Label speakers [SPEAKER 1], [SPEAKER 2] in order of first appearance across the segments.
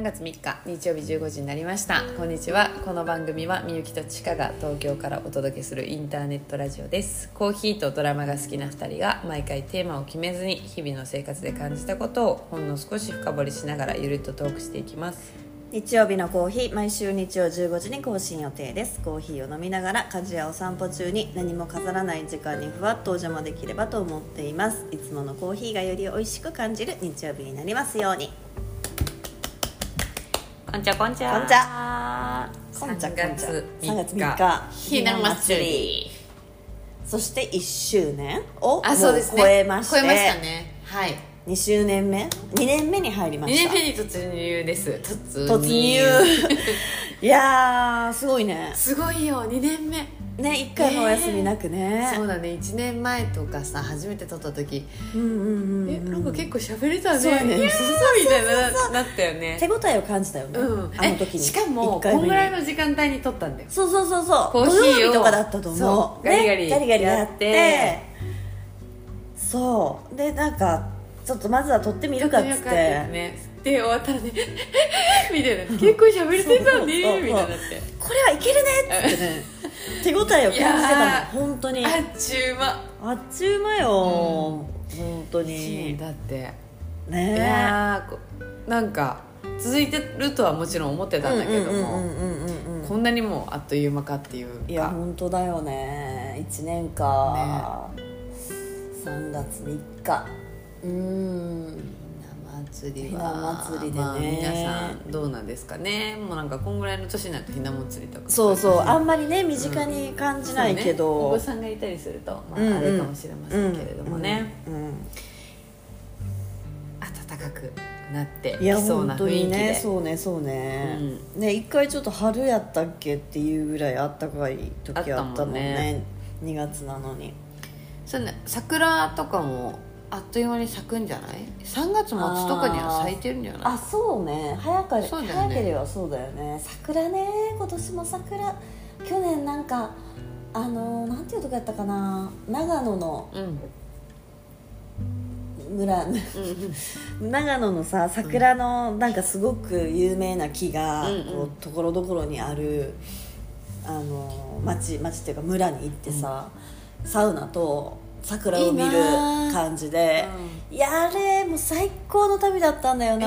[SPEAKER 1] 月3日日曜日15時になりましたこんにちはこの番組はみゆきとちかが東京からお届けするインターネットラジオですコーヒーとドラマが好きな2人が毎回テーマを決めずに日々の生活で感じたことをほんの少し深掘りしながらゆるっとトークしていきます
[SPEAKER 2] 日曜日のコーヒー毎週日曜15時に更新予定ですコーヒーを飲みながら家事やお散歩中に何も飾らない時間にふわっとお邪魔できればと思っていますいつものコーヒーがより美味しく感じる日曜日になりますように
[SPEAKER 1] こんちゃこんち
[SPEAKER 2] こんちゃこんちゃ
[SPEAKER 1] 3月
[SPEAKER 2] 3
[SPEAKER 1] 3
[SPEAKER 2] 月
[SPEAKER 1] 日
[SPEAKER 2] 3日
[SPEAKER 1] ひな祭り
[SPEAKER 2] そして1周年をもう
[SPEAKER 1] あそうですね
[SPEAKER 2] 超えまして
[SPEAKER 1] 超えましたねはい
[SPEAKER 2] 2周年目2年目に入りま
[SPEAKER 1] 2
[SPEAKER 2] し
[SPEAKER 1] 年
[SPEAKER 2] た
[SPEAKER 1] 目に突入です突
[SPEAKER 2] 突 入いやーすごいね
[SPEAKER 1] すごいよ2年目
[SPEAKER 2] ね一回もお休みなくね
[SPEAKER 1] そうだね1年前とかさ初めて撮った時、
[SPEAKER 2] うんうんうん
[SPEAKER 1] えなんか結構喋れたね
[SPEAKER 2] そ うやね
[SPEAKER 1] いやーみたいななったよね
[SPEAKER 2] 手応えを感じたよね、
[SPEAKER 1] うん
[SPEAKER 2] あの時
[SPEAKER 1] え
[SPEAKER 2] に
[SPEAKER 1] しかも
[SPEAKER 2] 一回
[SPEAKER 1] こ
[SPEAKER 2] 目
[SPEAKER 1] ん
[SPEAKER 2] に
[SPEAKER 1] ぐらいの時間帯に撮ったんだよ
[SPEAKER 2] そうそうそうそう
[SPEAKER 1] コーヒーを
[SPEAKER 2] 土曜日とかだったと
[SPEAKER 1] そ
[SPEAKER 2] 思
[SPEAKER 1] う
[SPEAKER 2] う
[SPEAKER 1] ガリガリ
[SPEAKER 2] ね、ガリガリやって
[SPEAKER 1] やって
[SPEAKER 2] そうでなんかちょっとまずは撮ってみるかっつって
[SPEAKER 1] 撮よかったよねで終わったらね みたいな結構喋れてた
[SPEAKER 2] そうそうそ
[SPEAKER 1] ね
[SPEAKER 2] う
[SPEAKER 1] みたいになって
[SPEAKER 2] これはいけるねっつって ね手応えを感じて
[SPEAKER 1] いや
[SPEAKER 2] た
[SPEAKER 1] ー
[SPEAKER 2] の本当にあ
[SPEAKER 1] あっちゅうま
[SPEAKER 2] っちゅう間よ、本当
[SPEAKER 1] いい
[SPEAKER 2] に
[SPEAKER 1] だってい
[SPEAKER 2] ね
[SPEAKER 1] やーこなんか続いてるとはもちろん思って
[SPEAKER 2] え
[SPEAKER 1] たんだけども
[SPEAKER 2] うんうんうんうんうん
[SPEAKER 1] こんなにもあっという間かっていうか
[SPEAKER 2] いや本当だよね1年か、3月3日
[SPEAKER 1] うーんひな祭りは
[SPEAKER 2] ひな祭りでね
[SPEAKER 1] まあ、皆さんどうなんですかねもうなんかこんぐらいの年になってひな祭りとか
[SPEAKER 2] そうそうあ
[SPEAKER 1] ん
[SPEAKER 2] んまりね身近に感じないけど、
[SPEAKER 1] お子さんがいたりすると、ま
[SPEAKER 2] うんうん
[SPEAKER 1] あ、あれかもしれませんけれどもね、、
[SPEAKER 2] うんうん
[SPEAKER 1] 暖かくなって
[SPEAKER 2] いや
[SPEAKER 1] きそうな
[SPEAKER 2] 本当
[SPEAKER 1] 雰囲気
[SPEAKER 2] にね
[SPEAKER 1] で
[SPEAKER 2] そうねそうね、ね一回ちょっと春やったっけっていうぐらいあったかい時あったもん
[SPEAKER 1] あ
[SPEAKER 2] ね
[SPEAKER 1] ったもんね
[SPEAKER 2] 2月なのに
[SPEAKER 1] そうね桜とかもあっという間に咲くんじゃない3月末とかには咲いてるんじゃない
[SPEAKER 2] あそうね早かれ、
[SPEAKER 1] そうだよね
[SPEAKER 2] 早ければそうだよね桜ね今年も桜去年なんかあのーなんていうとこやったかな長野の
[SPEAKER 1] うん、うん
[SPEAKER 2] 村
[SPEAKER 1] うん、
[SPEAKER 2] 長野のさ桜のなんかすごく有名な木が
[SPEAKER 1] うんうん
[SPEAKER 2] こうところどころにあるあの町町っていうか村に行ってさ、サウナと桜を見る
[SPEAKER 1] いいなあ
[SPEAKER 2] 感じでいやあれもう最高の旅だったんだよな、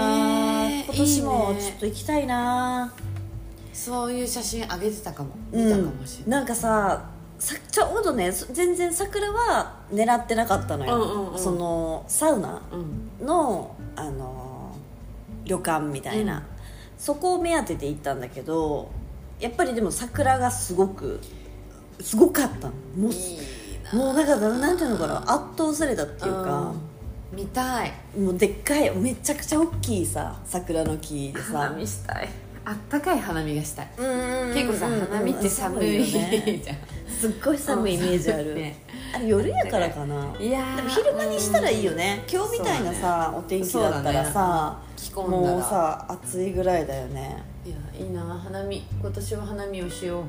[SPEAKER 1] えー
[SPEAKER 2] 今年
[SPEAKER 1] いい
[SPEAKER 2] も
[SPEAKER 1] ね
[SPEAKER 2] ちょっと行きたいな
[SPEAKER 1] そういう写真あげてたかも見たかもしれない、
[SPEAKER 2] うん、なんかささちょうどねそ全然桜は狙ってなかったのよ、
[SPEAKER 1] うんうんうん
[SPEAKER 2] そのサウナ
[SPEAKER 1] うん
[SPEAKER 2] の、あのー旅館みたいな、
[SPEAKER 1] うん
[SPEAKER 2] そこを目当てで行ったんだけどやっぱりでも桜がすごくすごかったのもう
[SPEAKER 1] いいな
[SPEAKER 2] もうなんかなんていうのかな圧倒されたっていうか、
[SPEAKER 1] うん見たい
[SPEAKER 2] もうでっかいめちゃくちゃ大きいさ桜の木でさ
[SPEAKER 1] 花見したいあったかい花見がしたい結
[SPEAKER 2] 結
[SPEAKER 1] 構さ花見って寒いじゃん
[SPEAKER 2] すっごい寒いイメージある、
[SPEAKER 1] ね
[SPEAKER 2] あれ夜やからかなで
[SPEAKER 1] いやー
[SPEAKER 2] も昼間にしたらいいよね今日みたいなさ、お天気だったらさ、
[SPEAKER 1] 着込んだら
[SPEAKER 2] もうさ暑いぐらいだよね
[SPEAKER 1] いやいいな花見今年は花見をしよ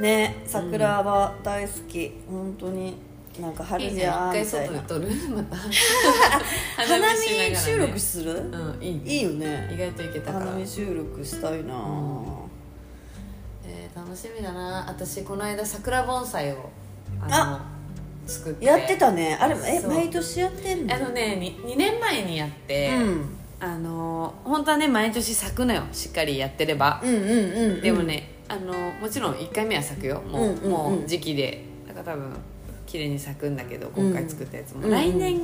[SPEAKER 2] ね桜は大好き、本当になんか
[SPEAKER 1] う
[SPEAKER 2] 春
[SPEAKER 1] いい
[SPEAKER 2] じ
[SPEAKER 1] ね
[SPEAKER 2] ゃ
[SPEAKER 1] 一
[SPEAKER 2] ん
[SPEAKER 1] 回
[SPEAKER 2] みたい
[SPEAKER 1] 外で
[SPEAKER 2] な
[SPEAKER 1] 撮るま た
[SPEAKER 2] 花
[SPEAKER 1] しながらね
[SPEAKER 2] 見収録する、
[SPEAKER 1] うんいいね
[SPEAKER 2] いいよ
[SPEAKER 1] 意
[SPEAKER 2] ね
[SPEAKER 1] 外といけたから
[SPEAKER 2] 花見収録したいな、
[SPEAKER 1] えー楽しみだな私この間桜盆栽をあの作って
[SPEAKER 2] やってたねあれえ
[SPEAKER 1] そう
[SPEAKER 2] 毎年やってんの
[SPEAKER 1] あのね 2, 2年前にやって、
[SPEAKER 2] うん
[SPEAKER 1] あの本当はね毎年咲くのよしっかりやってれば、
[SPEAKER 2] うんうんうんうん
[SPEAKER 1] でもね、あのもちろん1回目は咲くよもう,、
[SPEAKER 2] うんうんうん
[SPEAKER 1] もう時期でだから多分綺麗に咲くんだけど今回作ったやつも、
[SPEAKER 2] うん
[SPEAKER 1] 来年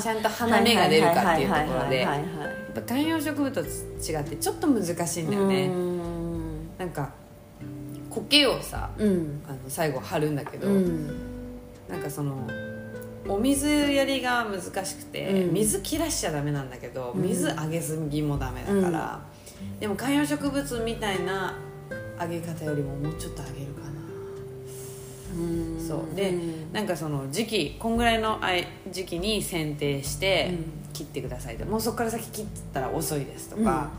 [SPEAKER 1] ちゃんと花芽が出るかっていうところで
[SPEAKER 2] はいはいはいはい
[SPEAKER 1] や
[SPEAKER 2] はいはい
[SPEAKER 1] っぱ観葉植物と違ってちょっと難しいんだよね、
[SPEAKER 2] うん
[SPEAKER 1] なんか苔をさ
[SPEAKER 2] うん
[SPEAKER 1] あの最後張るんだけど、
[SPEAKER 2] うん
[SPEAKER 1] なんかそのお水やりが難しくて、
[SPEAKER 2] うん
[SPEAKER 1] 水切らしちゃダメなんだけど
[SPEAKER 2] うん
[SPEAKER 1] 水あげすぎもダメだから、でも観葉植物みたいなあげ方よりももうちょっとあげるかな、そうでなんかその時期こんぐらいのあい時期に剪定して
[SPEAKER 2] う
[SPEAKER 1] 切ってくださいともうそこから先切ったら遅いですとか、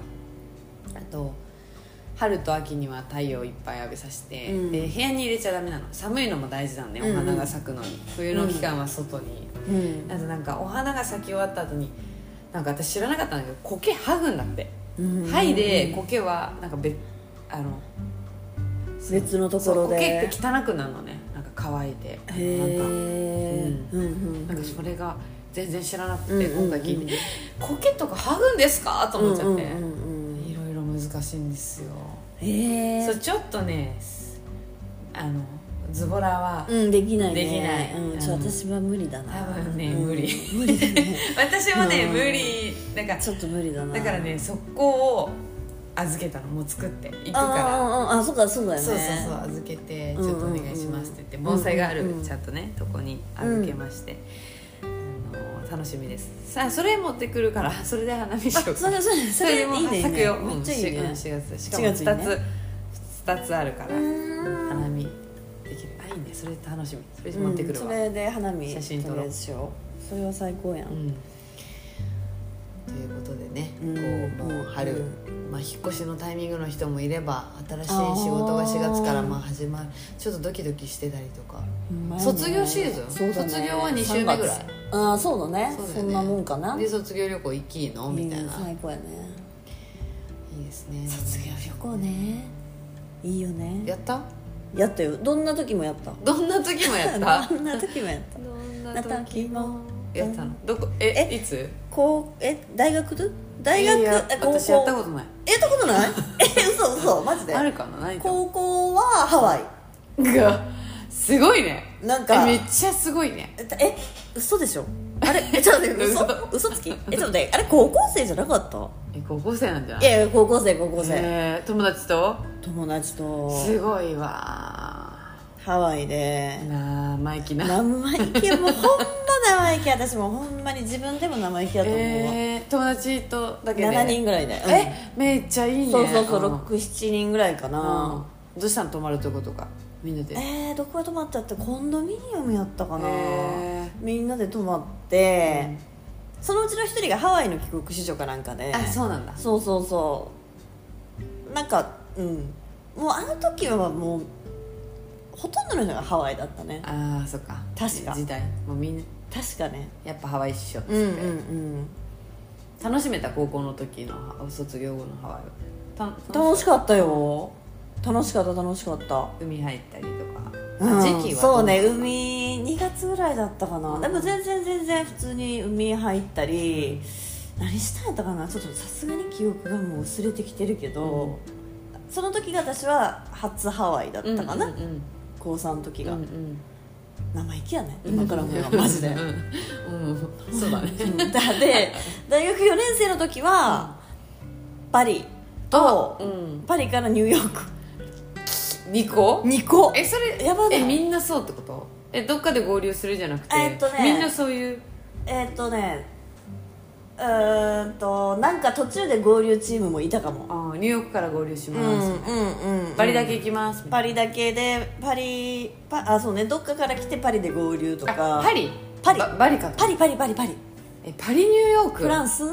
[SPEAKER 1] あと春と秋には太陽いっぱい浴びさせて、
[SPEAKER 2] うん
[SPEAKER 1] で部屋に入れちゃダメなの寒いのも大事なんで
[SPEAKER 2] うんう
[SPEAKER 1] お
[SPEAKER 2] ん
[SPEAKER 1] 花が咲くのに、冬の期間は外に、
[SPEAKER 2] うん
[SPEAKER 1] あとなんかお花が咲き終わった後になんか私知らなかったんだけど苔剥ぐんだって
[SPEAKER 2] うん
[SPEAKER 1] 肺で苔はなんかべあの
[SPEAKER 2] 別のところ
[SPEAKER 1] そう
[SPEAKER 2] で
[SPEAKER 1] 苔って汚くなるのねなんか乾いて
[SPEAKER 2] へえうんうん
[SPEAKER 1] なんかなんかそれが全然知らなくて、
[SPEAKER 2] うんうんうん
[SPEAKER 1] 今回聞いて「苔とか剥ぐんですか?」と思っちゃって、
[SPEAKER 2] うんうんうん
[SPEAKER 1] いろいろ難しいんですよ、
[SPEAKER 2] へえ
[SPEAKER 1] そうちょっとねあのズボラは、
[SPEAKER 2] うんできないね
[SPEAKER 1] できない
[SPEAKER 2] うん、ちょ
[SPEAKER 1] うん
[SPEAKER 2] 私は無理だな
[SPEAKER 1] 多分ね
[SPEAKER 2] うん
[SPEAKER 1] 無理
[SPEAKER 2] 無理だ ね
[SPEAKER 1] 私もね、
[SPEAKER 2] うん
[SPEAKER 1] 無理なんか
[SPEAKER 2] ちょっと無理だな
[SPEAKER 1] だからね速攻を預けたのもう作って行く
[SPEAKER 2] あ
[SPEAKER 1] から
[SPEAKER 2] ああああそうかそうだよね
[SPEAKER 1] そうそうそう預けてちょっとお願いしますって言って
[SPEAKER 2] うんうんうん
[SPEAKER 1] 盆栽がある
[SPEAKER 2] うんうんうん
[SPEAKER 1] ちゃんとねとこに預けまして、あの楽しみですさあそれ持ってくるからそれで花見しようか
[SPEAKER 2] あそれそれそれ
[SPEAKER 1] も
[SPEAKER 2] いいねいいね
[SPEAKER 1] 咲くよ
[SPEAKER 2] めっちゃいいね
[SPEAKER 1] 4月しかも
[SPEAKER 2] 4
[SPEAKER 1] 2
[SPEAKER 2] 月
[SPEAKER 1] つ
[SPEAKER 2] に
[SPEAKER 1] 二、
[SPEAKER 2] ね
[SPEAKER 1] つあるから
[SPEAKER 2] うん
[SPEAKER 1] 花見できるあいいねそれ楽しみそれ持ってくるわ、
[SPEAKER 2] うんそれで花見
[SPEAKER 1] 写真撮ろう
[SPEAKER 2] るでしょそれは最高やん、
[SPEAKER 1] うんということでね、
[SPEAKER 2] うん
[SPEAKER 1] こうもう春、
[SPEAKER 2] う
[SPEAKER 1] まあ、引っ越しのタイミングの人もいれば新しい仕
[SPEAKER 2] あー
[SPEAKER 1] 事が4月からまあ始まるちょっとドキドキしてたりとか卒業シーズン
[SPEAKER 2] そうだね
[SPEAKER 1] 卒業は2週目ぐらい
[SPEAKER 2] 三月ああそうだね
[SPEAKER 1] うだよ
[SPEAKER 2] そんなもんかな
[SPEAKER 1] で卒業旅行行きいいのみたいな、
[SPEAKER 2] うん最高やね
[SPEAKER 1] いいですね
[SPEAKER 2] 卒業旅行ねいいよね
[SPEAKER 1] やった
[SPEAKER 2] やったよどんな時もやった
[SPEAKER 1] どんな時もやった
[SPEAKER 2] どんな時もやった
[SPEAKER 1] どん
[SPEAKER 2] な時も
[SPEAKER 1] やったのどこえ
[SPEAKER 2] え
[SPEAKER 1] いつ
[SPEAKER 2] こうえ大学で大学
[SPEAKER 1] いや
[SPEAKER 2] え高校
[SPEAKER 1] 私やったことない
[SPEAKER 2] えやったことないえ嘘嘘マジで
[SPEAKER 1] あるかなないかな
[SPEAKER 2] 高校はハワイ
[SPEAKER 1] がすごいね
[SPEAKER 2] なんか
[SPEAKER 1] えめっちゃすごいね
[SPEAKER 2] ええ嘘でしょあれえちょっと待って嘘嘘つきえちょっと待ってあれ高校生じゃなかった
[SPEAKER 1] え高校生なんじゃない
[SPEAKER 2] いやいや高校生高校生、
[SPEAKER 1] えー友達と
[SPEAKER 2] 友達と
[SPEAKER 1] すごいわ
[SPEAKER 2] ハワイで
[SPEAKER 1] なあマイキな
[SPEAKER 2] 生意気もうほんま生意気私もうほんまに自分でも生意気だと思うわ、
[SPEAKER 1] えー友達とだけで
[SPEAKER 2] 7人ぐらいで、うん
[SPEAKER 1] えめっちゃいいね
[SPEAKER 2] そうそうそうん67人ぐらいか
[SPEAKER 1] うん
[SPEAKER 2] な、
[SPEAKER 1] どうしたの泊まるとことかみんなで
[SPEAKER 2] えー、どこへ泊まったってコンドミニアムやったかな、
[SPEAKER 1] へ
[SPEAKER 2] みんなで泊まって、そのうちの一人がハワイの帰国子女かなんかで、
[SPEAKER 1] あそうなんだ
[SPEAKER 2] そうそうそうなんかうんもうあの時はもうほとんどの人がハワイだったね
[SPEAKER 1] ああそっか
[SPEAKER 2] 確か
[SPEAKER 1] 時代もうみんな
[SPEAKER 2] 確かね
[SPEAKER 1] やっぱハワイっしょっつって、
[SPEAKER 2] うんうんうん
[SPEAKER 1] 楽しめた高校の時の卒業後のハワイはた
[SPEAKER 2] 楽しかったよ楽しかった楽しかった
[SPEAKER 1] 海入ったりとか、
[SPEAKER 2] うん
[SPEAKER 1] 時期は
[SPEAKER 2] そうね
[SPEAKER 1] どなの
[SPEAKER 2] 海2月ぐらいだったかな、
[SPEAKER 1] うん
[SPEAKER 2] でも全然全然普通に海入ったり、何したんやったかなちょっとさすがに記憶がもう薄れてきてるけど、その時が私は初ハワイだったかな、
[SPEAKER 1] うんうんうん
[SPEAKER 2] 高3の時
[SPEAKER 1] うん
[SPEAKER 2] が、
[SPEAKER 1] うん
[SPEAKER 2] 生意気やね今から思えばマジで、
[SPEAKER 1] うん、うん、そうだね
[SPEAKER 2] うんだ で大学4年生の時は、パリと、
[SPEAKER 1] うん
[SPEAKER 2] パリからニューヨーク
[SPEAKER 1] 2個
[SPEAKER 2] 2個
[SPEAKER 1] えそれ
[SPEAKER 2] やばない
[SPEAKER 1] えみんなそうってことえどっかで合流するじゃなくて、
[SPEAKER 2] えっとね
[SPEAKER 1] みんなそういう
[SPEAKER 2] えーっとねうーんとなんか途中で合流チームもいたかも
[SPEAKER 1] あニューヨークから合流し
[SPEAKER 2] う
[SPEAKER 1] ます、
[SPEAKER 2] うんう
[SPEAKER 1] バリだけ行きます、
[SPEAKER 2] パリだけでパリパあそうねどっかから来てパリで合流とか
[SPEAKER 1] あパリ
[SPEAKER 2] パリ
[SPEAKER 1] ババリか
[SPEAKER 2] パリパリパリパリ
[SPEAKER 1] えパリニューヨーク
[SPEAKER 2] フランス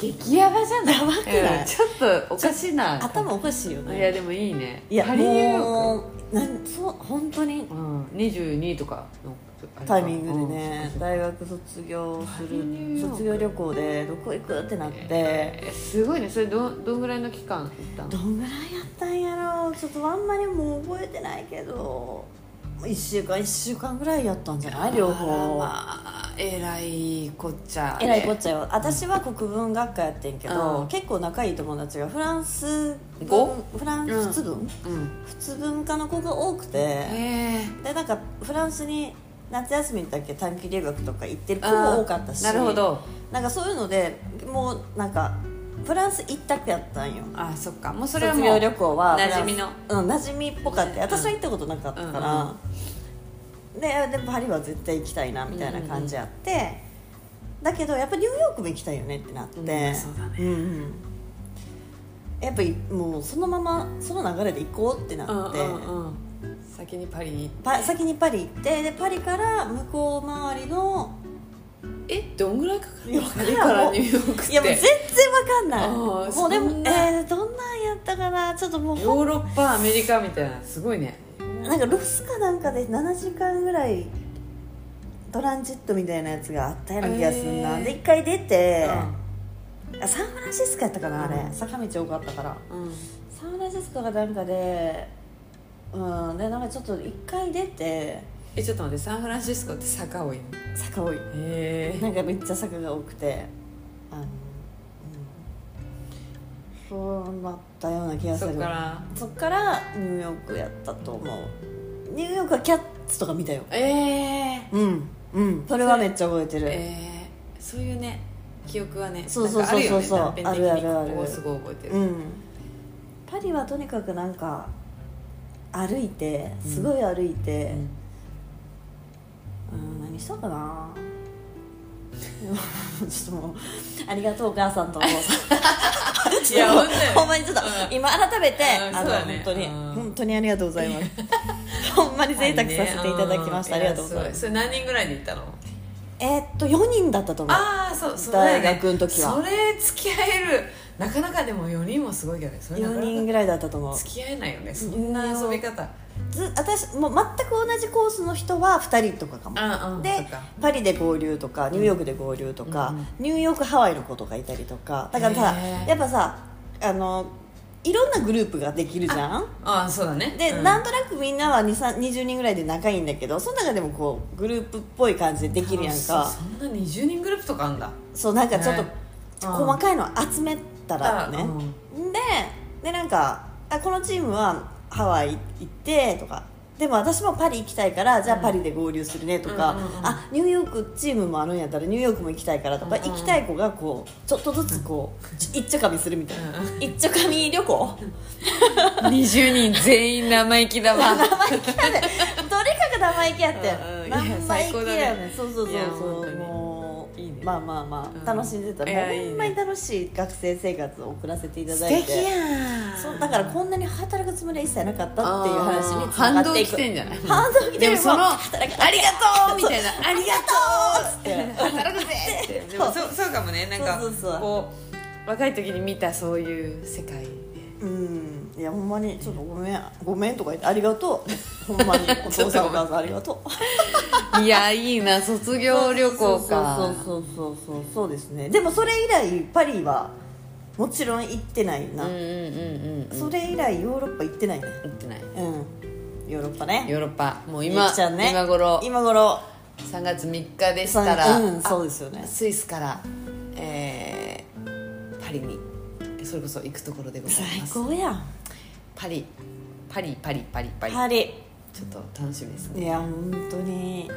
[SPEAKER 1] 激ヤバじゃない
[SPEAKER 2] やばくない
[SPEAKER 1] うんちょっとおかしいな
[SPEAKER 2] 頭おかしいよ
[SPEAKER 1] いや
[SPEAKER 2] ね
[SPEAKER 1] でもいいね
[SPEAKER 2] いや
[SPEAKER 1] パリニューヨーク
[SPEAKER 2] もうなんそう本当に
[SPEAKER 1] うん、22とかのあれか
[SPEAKER 2] タイミングでね
[SPEAKER 1] うん
[SPEAKER 2] 大学卒業
[SPEAKER 1] パ
[SPEAKER 2] す
[SPEAKER 1] リニュー
[SPEAKER 2] る
[SPEAKER 1] ヨーク
[SPEAKER 2] 卒業旅行でどこ行くってなって
[SPEAKER 1] えすごいねそれどどんぐらいの期間行ったの
[SPEAKER 2] どんぐらいやったんやろうちょっとあんまりもう覚えてないけど1週間1週間ぐらいやったんじゃない両方
[SPEAKER 1] まあえらいこっちゃ
[SPEAKER 2] えらいこっちゃよ私は国文学科やってんけど、
[SPEAKER 1] うん
[SPEAKER 2] 結構仲いい友達がフランス
[SPEAKER 1] 語
[SPEAKER 2] 文フラン
[SPEAKER 1] うん
[SPEAKER 2] 普通文、
[SPEAKER 1] うん
[SPEAKER 2] 普通文科の子が多くて
[SPEAKER 1] へえ
[SPEAKER 2] でなんかフランスに夏休みだけ短期留学とか行ってる子も多かったし
[SPEAKER 1] なるほど
[SPEAKER 2] なんかそういうのでもうなんかフランス一択やったんよ
[SPEAKER 1] あそっかもうそれは
[SPEAKER 2] 卒
[SPEAKER 1] もう
[SPEAKER 2] 業旅行は
[SPEAKER 1] 馴染みの
[SPEAKER 2] フランスうん馴染みっぽかった私は行ったことなかったから、ででパリは絶対行きたいなみたいな感じあって、だけどやっぱニューヨークも行きたいよねってなって、
[SPEAKER 1] うんそうだね
[SPEAKER 2] んうんやっぱりもうそのままその流れで行こうってなって、
[SPEAKER 1] うんうんうん先にパリ
[SPEAKER 2] パ先にパリ行ってでパリから向こう周りの
[SPEAKER 1] えどんぐらいかかるの
[SPEAKER 2] わか
[SPEAKER 1] パ
[SPEAKER 2] らん
[SPEAKER 1] リからニューヨークって
[SPEAKER 2] いやもう全然わかんな
[SPEAKER 1] あ
[SPEAKER 2] い
[SPEAKER 1] ー
[SPEAKER 2] もうでも
[SPEAKER 1] そんな
[SPEAKER 2] えー、どんなんやったかなちょっともうほん
[SPEAKER 1] ヨーロッパアメリカみたいなすごいね
[SPEAKER 2] なんかロスかなんかで7時間ぐらいトランジットみたいなやつがあったような気がするな、
[SPEAKER 1] えー
[SPEAKER 2] で1回出て、
[SPEAKER 1] うん
[SPEAKER 2] あサンフランシスコやったかなあれ、
[SPEAKER 1] うん
[SPEAKER 2] 坂道多かったから
[SPEAKER 1] うん
[SPEAKER 2] サンフランシスコがなんかでうんでなんかちょっと一回出て
[SPEAKER 1] えちょっと待ってサンフランシスコって坂多いの
[SPEAKER 2] 坂多い
[SPEAKER 1] へ
[SPEAKER 2] なんかめっちゃ坂が多くてあの、うん、そうなったような気
[SPEAKER 1] え
[SPEAKER 2] がす
[SPEAKER 1] そ
[SPEAKER 2] る
[SPEAKER 1] っから
[SPEAKER 2] そっからニューヨークやったと思うニューヨークはキャッツとか見たよ
[SPEAKER 1] ええ
[SPEAKER 2] うんうんそれはめっちゃ覚えてる、
[SPEAKER 1] えー、そういうね記憶はね
[SPEAKER 2] そうそう
[SPEAKER 1] なんか
[SPEAKER 2] そうそう
[SPEAKER 1] あるよね断片的に
[SPEAKER 2] あるあるある
[SPEAKER 1] ここをすごい覚えてる、
[SPEAKER 2] うんパリはとにかくなんか歩いてすごい歩いて、うん何したかな ちょっともう「ありがとうお母さん」と思う
[SPEAKER 1] いや本当よ
[SPEAKER 2] ほんまにちょっと、
[SPEAKER 1] うん
[SPEAKER 2] 今改めて、
[SPEAKER 1] うん
[SPEAKER 2] あの、
[SPEAKER 1] そうだね
[SPEAKER 2] 本当に、
[SPEAKER 1] うん
[SPEAKER 2] 本当にありがとうございますほんまに贅沢させていただきました、
[SPEAKER 1] はい
[SPEAKER 2] あ
[SPEAKER 1] ね
[SPEAKER 2] りがとうございます
[SPEAKER 1] やごそれ何人ぐらいで行ったの
[SPEAKER 2] えーっと4人だったと思う
[SPEAKER 1] ああそうそうだよね
[SPEAKER 2] 大学の時は
[SPEAKER 1] それ付き合えるなかなかでも4人もすごいけどねそれなか
[SPEAKER 2] 4
[SPEAKER 1] なか
[SPEAKER 2] 人ぐらいだったと思う
[SPEAKER 1] 付き合えないよねそんな遊び方
[SPEAKER 2] ず私もう全く同じコースの人は2人とかかも
[SPEAKER 1] あ
[SPEAKER 2] でパリで合流とかニューヨークで合流とか、
[SPEAKER 1] うんうん
[SPEAKER 2] ニューヨークハワイの子とかいたりとかだからさ
[SPEAKER 1] へー
[SPEAKER 2] やっぱさあのいろんなグループができるじゃん
[SPEAKER 1] ああそうだね
[SPEAKER 2] で、
[SPEAKER 1] う
[SPEAKER 2] なんとなくみんなは2 3 20人ぐらいで仲いいんだけどその中でもこうグループっぽい感じでできるや
[SPEAKER 1] 楽
[SPEAKER 2] んか
[SPEAKER 1] しそうそんな20人グループとかあんだ
[SPEAKER 2] そうなんかちょっと、
[SPEAKER 1] ねうん
[SPEAKER 2] 細かいの集めたらね、ででなんかあこのチームはハワイ行ってとかでも私もパリ行きたいからじゃあパリで合流するねとか、
[SPEAKER 1] うんうんうんうん
[SPEAKER 2] あニューヨークチームもあるんやったらニューヨークも行きたいからとか、
[SPEAKER 1] うんうん
[SPEAKER 2] 行きたい子がこうちょっとずつこうち一丁かみするみたいな、
[SPEAKER 1] う
[SPEAKER 2] 一丁かみ旅 行
[SPEAKER 1] 20人全員生意気だ わ
[SPEAKER 2] 生意気やねどれかが生意気やって
[SPEAKER 1] うんうんいや
[SPEAKER 2] 生意
[SPEAKER 1] 最
[SPEAKER 2] 気
[SPEAKER 1] 高だ
[SPEAKER 2] やね
[SPEAKER 1] ね
[SPEAKER 2] そうそうそう
[SPEAKER 1] いや
[SPEAKER 2] そ
[SPEAKER 1] 本当
[SPEAKER 2] う
[SPEAKER 1] に
[SPEAKER 2] もう
[SPEAKER 1] いいね
[SPEAKER 2] まあまあまあ、
[SPEAKER 1] うん
[SPEAKER 2] 楽しんでた
[SPEAKER 1] いや
[SPEAKER 2] もう
[SPEAKER 1] いいね
[SPEAKER 2] ほんまに楽しい学生生活を送らせていただ
[SPEAKER 1] 素
[SPEAKER 2] いて
[SPEAKER 1] 敵やん
[SPEAKER 2] そうだからこんなに働くつもりは一切なかったっていう話につな
[SPEAKER 1] 反
[SPEAKER 2] が
[SPEAKER 1] 動
[SPEAKER 2] っていく
[SPEAKER 1] きてんじゃない
[SPEAKER 2] 反動きてる
[SPEAKER 1] でもその「あ
[SPEAKER 2] 働く
[SPEAKER 1] りがとう!」みたいな「ありがとう!」って「働くぜ!」ってでもそうそうかもねなんか
[SPEAKER 2] そうそうそう
[SPEAKER 1] こう若い時に見たそういう世 界で
[SPEAKER 2] うんいやほんまにちょっとごめんごめんとか言ってありがとうほんまにお父さんお母さんありがとう
[SPEAKER 1] いやいいな卒業旅行か
[SPEAKER 2] そうそうそうそうそうそうですねでもそれ以来パリはもちろん行ってないな、
[SPEAKER 1] うんうんうんうん
[SPEAKER 2] それ以来ヨーロッパ行ってないね
[SPEAKER 1] 行ってない
[SPEAKER 2] うんヨーロッパね
[SPEAKER 1] ヨーロッパもう
[SPEAKER 2] ゆ
[SPEAKER 1] 今
[SPEAKER 2] きちゃんね
[SPEAKER 1] 今頃
[SPEAKER 2] 今頃
[SPEAKER 1] 3月3日でしたら、
[SPEAKER 2] うんそうですよね
[SPEAKER 1] あスイスから、えーパリにそれこそ行くところでござい
[SPEAKER 2] 最
[SPEAKER 1] ます
[SPEAKER 2] 高やん
[SPEAKER 1] パリパリパリパリパリ
[SPEAKER 2] パリ
[SPEAKER 1] ちょっと楽しみですね
[SPEAKER 2] いや本当に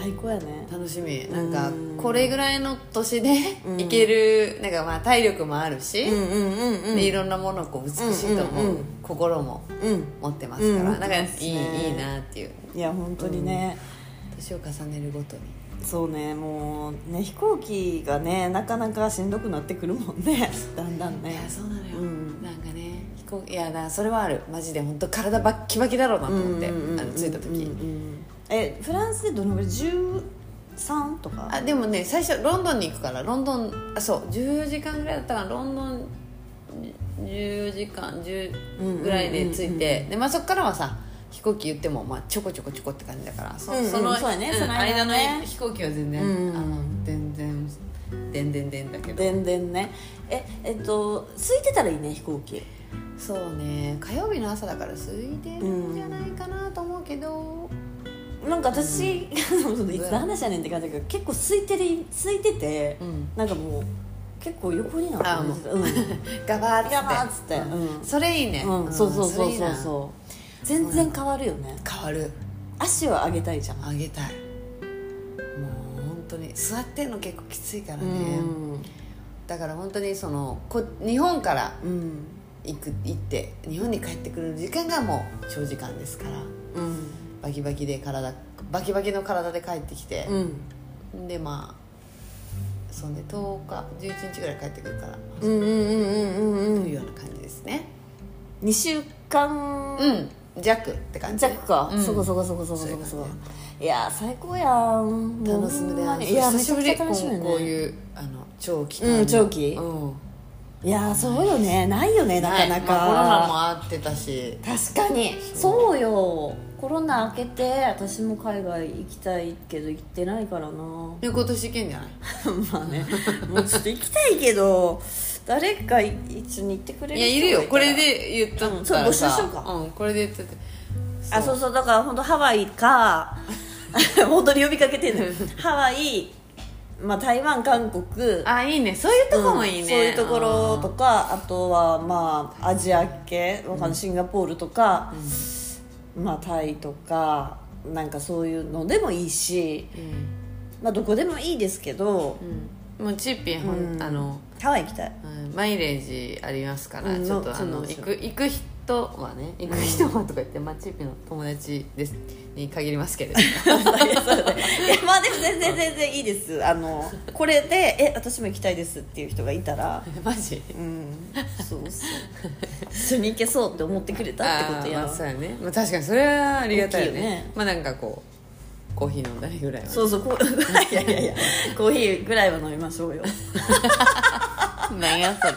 [SPEAKER 2] 最高やね
[SPEAKER 1] 楽しみなんか
[SPEAKER 2] うん
[SPEAKER 1] これぐらいの年で
[SPEAKER 2] うん
[SPEAKER 1] 行けるなんかまあ体力もあるし、
[SPEAKER 2] うんうんう
[SPEAKER 1] でいろんなものをこう美しいと思う、
[SPEAKER 2] うんうんうん
[SPEAKER 1] 心も
[SPEAKER 2] うん
[SPEAKER 1] 持ってますから、
[SPEAKER 2] うん
[SPEAKER 1] なんかいい,、
[SPEAKER 2] ね
[SPEAKER 1] いいなっていう
[SPEAKER 2] いや本当にね、
[SPEAKER 1] 年を重ねるごとに
[SPEAKER 2] そうねもうね飛行機がねなかなかしんどくなってくるもんね だんだん
[SPEAKER 1] い
[SPEAKER 2] ね
[SPEAKER 1] やそうなのよ、
[SPEAKER 2] うん
[SPEAKER 1] なんかね飛行いやだからそれはあるマジで本当体バッキバキだろうなと思って、あの着いた時、
[SPEAKER 2] うんうんえフランスでどのぐらい13とか
[SPEAKER 1] あでもね最初ロンドンに行くからロンドンあそう14時間ぐらいだったからロンドン10時間
[SPEAKER 2] うんうんうんう
[SPEAKER 1] 10
[SPEAKER 2] ん
[SPEAKER 1] ぐらいで着いてでまあそっからはさ飛行機言っても、まあ、ちょこちょこちょこって感じだからそ,、
[SPEAKER 2] うんうん
[SPEAKER 1] の
[SPEAKER 2] そうやね
[SPEAKER 1] ん
[SPEAKER 2] その
[SPEAKER 1] 間
[SPEAKER 2] 間ね
[SPEAKER 1] の飛行機は全然、
[SPEAKER 2] うんうん
[SPEAKER 1] あの全然でんでんでんだけど
[SPEAKER 2] 全然ねええっと空いてたらいいね飛行機
[SPEAKER 1] そうね火曜日の朝だから空いてるんじゃないかなと思うけど、
[SPEAKER 2] なんか私、 いつの話やねんって感じだけど結構空いてる空いてて、
[SPEAKER 1] うん
[SPEAKER 2] なんかもう結構横になって
[SPEAKER 1] あもう
[SPEAKER 2] うん
[SPEAKER 1] ガバーッつって
[SPEAKER 2] ガバーッつってうん
[SPEAKER 1] それいいね、
[SPEAKER 2] うん、そうそうそうそう
[SPEAKER 1] う
[SPEAKER 2] そう全然変わるよね
[SPEAKER 1] ん変わる
[SPEAKER 2] 足を上げたいじゃん
[SPEAKER 1] あげたいもう本当に座ってんの結構きついから
[SPEAKER 2] う
[SPEAKER 1] ね、
[SPEAKER 2] ん
[SPEAKER 1] だから本当にそのこ日本から
[SPEAKER 2] うん
[SPEAKER 1] 行く行って日本に帰ってくる時間がもう長時間ですから
[SPEAKER 2] うん
[SPEAKER 1] バキバキで体バキバキの体で帰ってきて
[SPEAKER 2] う、ん
[SPEAKER 1] でまあそうね10日11日ぐらい帰ってくるから、
[SPEAKER 2] うんうんうんう
[SPEAKER 1] と
[SPEAKER 2] んう
[SPEAKER 1] いうんような感じですね
[SPEAKER 2] 2週間
[SPEAKER 1] うん弱って感じ
[SPEAKER 2] 弱か、
[SPEAKER 1] うん
[SPEAKER 2] そこそこそこそこそこそこいやー最高やんもう
[SPEAKER 1] 楽しみ
[SPEAKER 2] ほん
[SPEAKER 1] で
[SPEAKER 2] まにいや
[SPEAKER 1] 久
[SPEAKER 2] め
[SPEAKER 1] し
[SPEAKER 2] ちゃ
[SPEAKER 1] ぶ
[SPEAKER 2] く
[SPEAKER 1] り
[SPEAKER 2] ちゃ
[SPEAKER 1] こう
[SPEAKER 2] 楽しみやね
[SPEAKER 1] こういうあの長期間の
[SPEAKER 2] うん長期
[SPEAKER 1] うん
[SPEAKER 2] いやーそうよねないよねなかなか、
[SPEAKER 1] まあコロナもあってたし
[SPEAKER 2] 確かにそうよコロナ明けて私も海外行きたいけど行ってないからな
[SPEAKER 1] で今年行けんじゃない
[SPEAKER 2] まあねもうちょっと行きたいけど誰かい一緒に行ってくれる
[SPEAKER 1] いやいるよこれで言った
[SPEAKER 2] う
[SPEAKER 1] っ
[SPEAKER 2] ん
[SPEAKER 1] た
[SPEAKER 2] そう
[SPEAKER 1] ら
[SPEAKER 2] 募集し
[SPEAKER 1] さ
[SPEAKER 2] ようか
[SPEAKER 1] うんこれで言ってて
[SPEAKER 2] あそうそうだから本当ハワイか 本当に呼びかけてんのよハワイ、まあ、台湾韓国
[SPEAKER 1] あいいねそういうとこもいいね、
[SPEAKER 2] うんそういうところとかあとはまあアジア系わかんないシンガポールとか、まあタイとかなんかそういうのでもいいし、
[SPEAKER 1] うん、
[SPEAKER 2] まあ、どこでもいいですけど、
[SPEAKER 1] うん、もうチッピーほん、
[SPEAKER 2] うん
[SPEAKER 1] あの
[SPEAKER 2] ハワイ行きたい
[SPEAKER 1] うんマイレージありますから、
[SPEAKER 2] うん
[SPEAKER 1] ちょっと
[SPEAKER 2] の
[SPEAKER 1] あの
[SPEAKER 2] そうなんです
[SPEAKER 1] 行
[SPEAKER 2] よ
[SPEAKER 1] く行く人はね行く人はとか言って、まあ、チッピーの友達ですに限りますけれ ど
[SPEAKER 2] いやそうだねい やまあでも全然全然いいですあのこれで「え私も行きたいです」っていう人がいたら
[SPEAKER 1] マジ
[SPEAKER 2] うんそうそう一緒に行けそうって思ってくれたってこと
[SPEAKER 1] あー
[SPEAKER 2] やろ
[SPEAKER 1] まあ、そうやね、まあ、確かにそれはありがたいよね
[SPEAKER 2] 大きいよね
[SPEAKER 1] まあなんかこうコーヒー飲んだりぐらいはね
[SPEAKER 2] そうそうこう いやいやいやコーヒーぐらいは飲みましょうよ
[SPEAKER 1] なんやそれ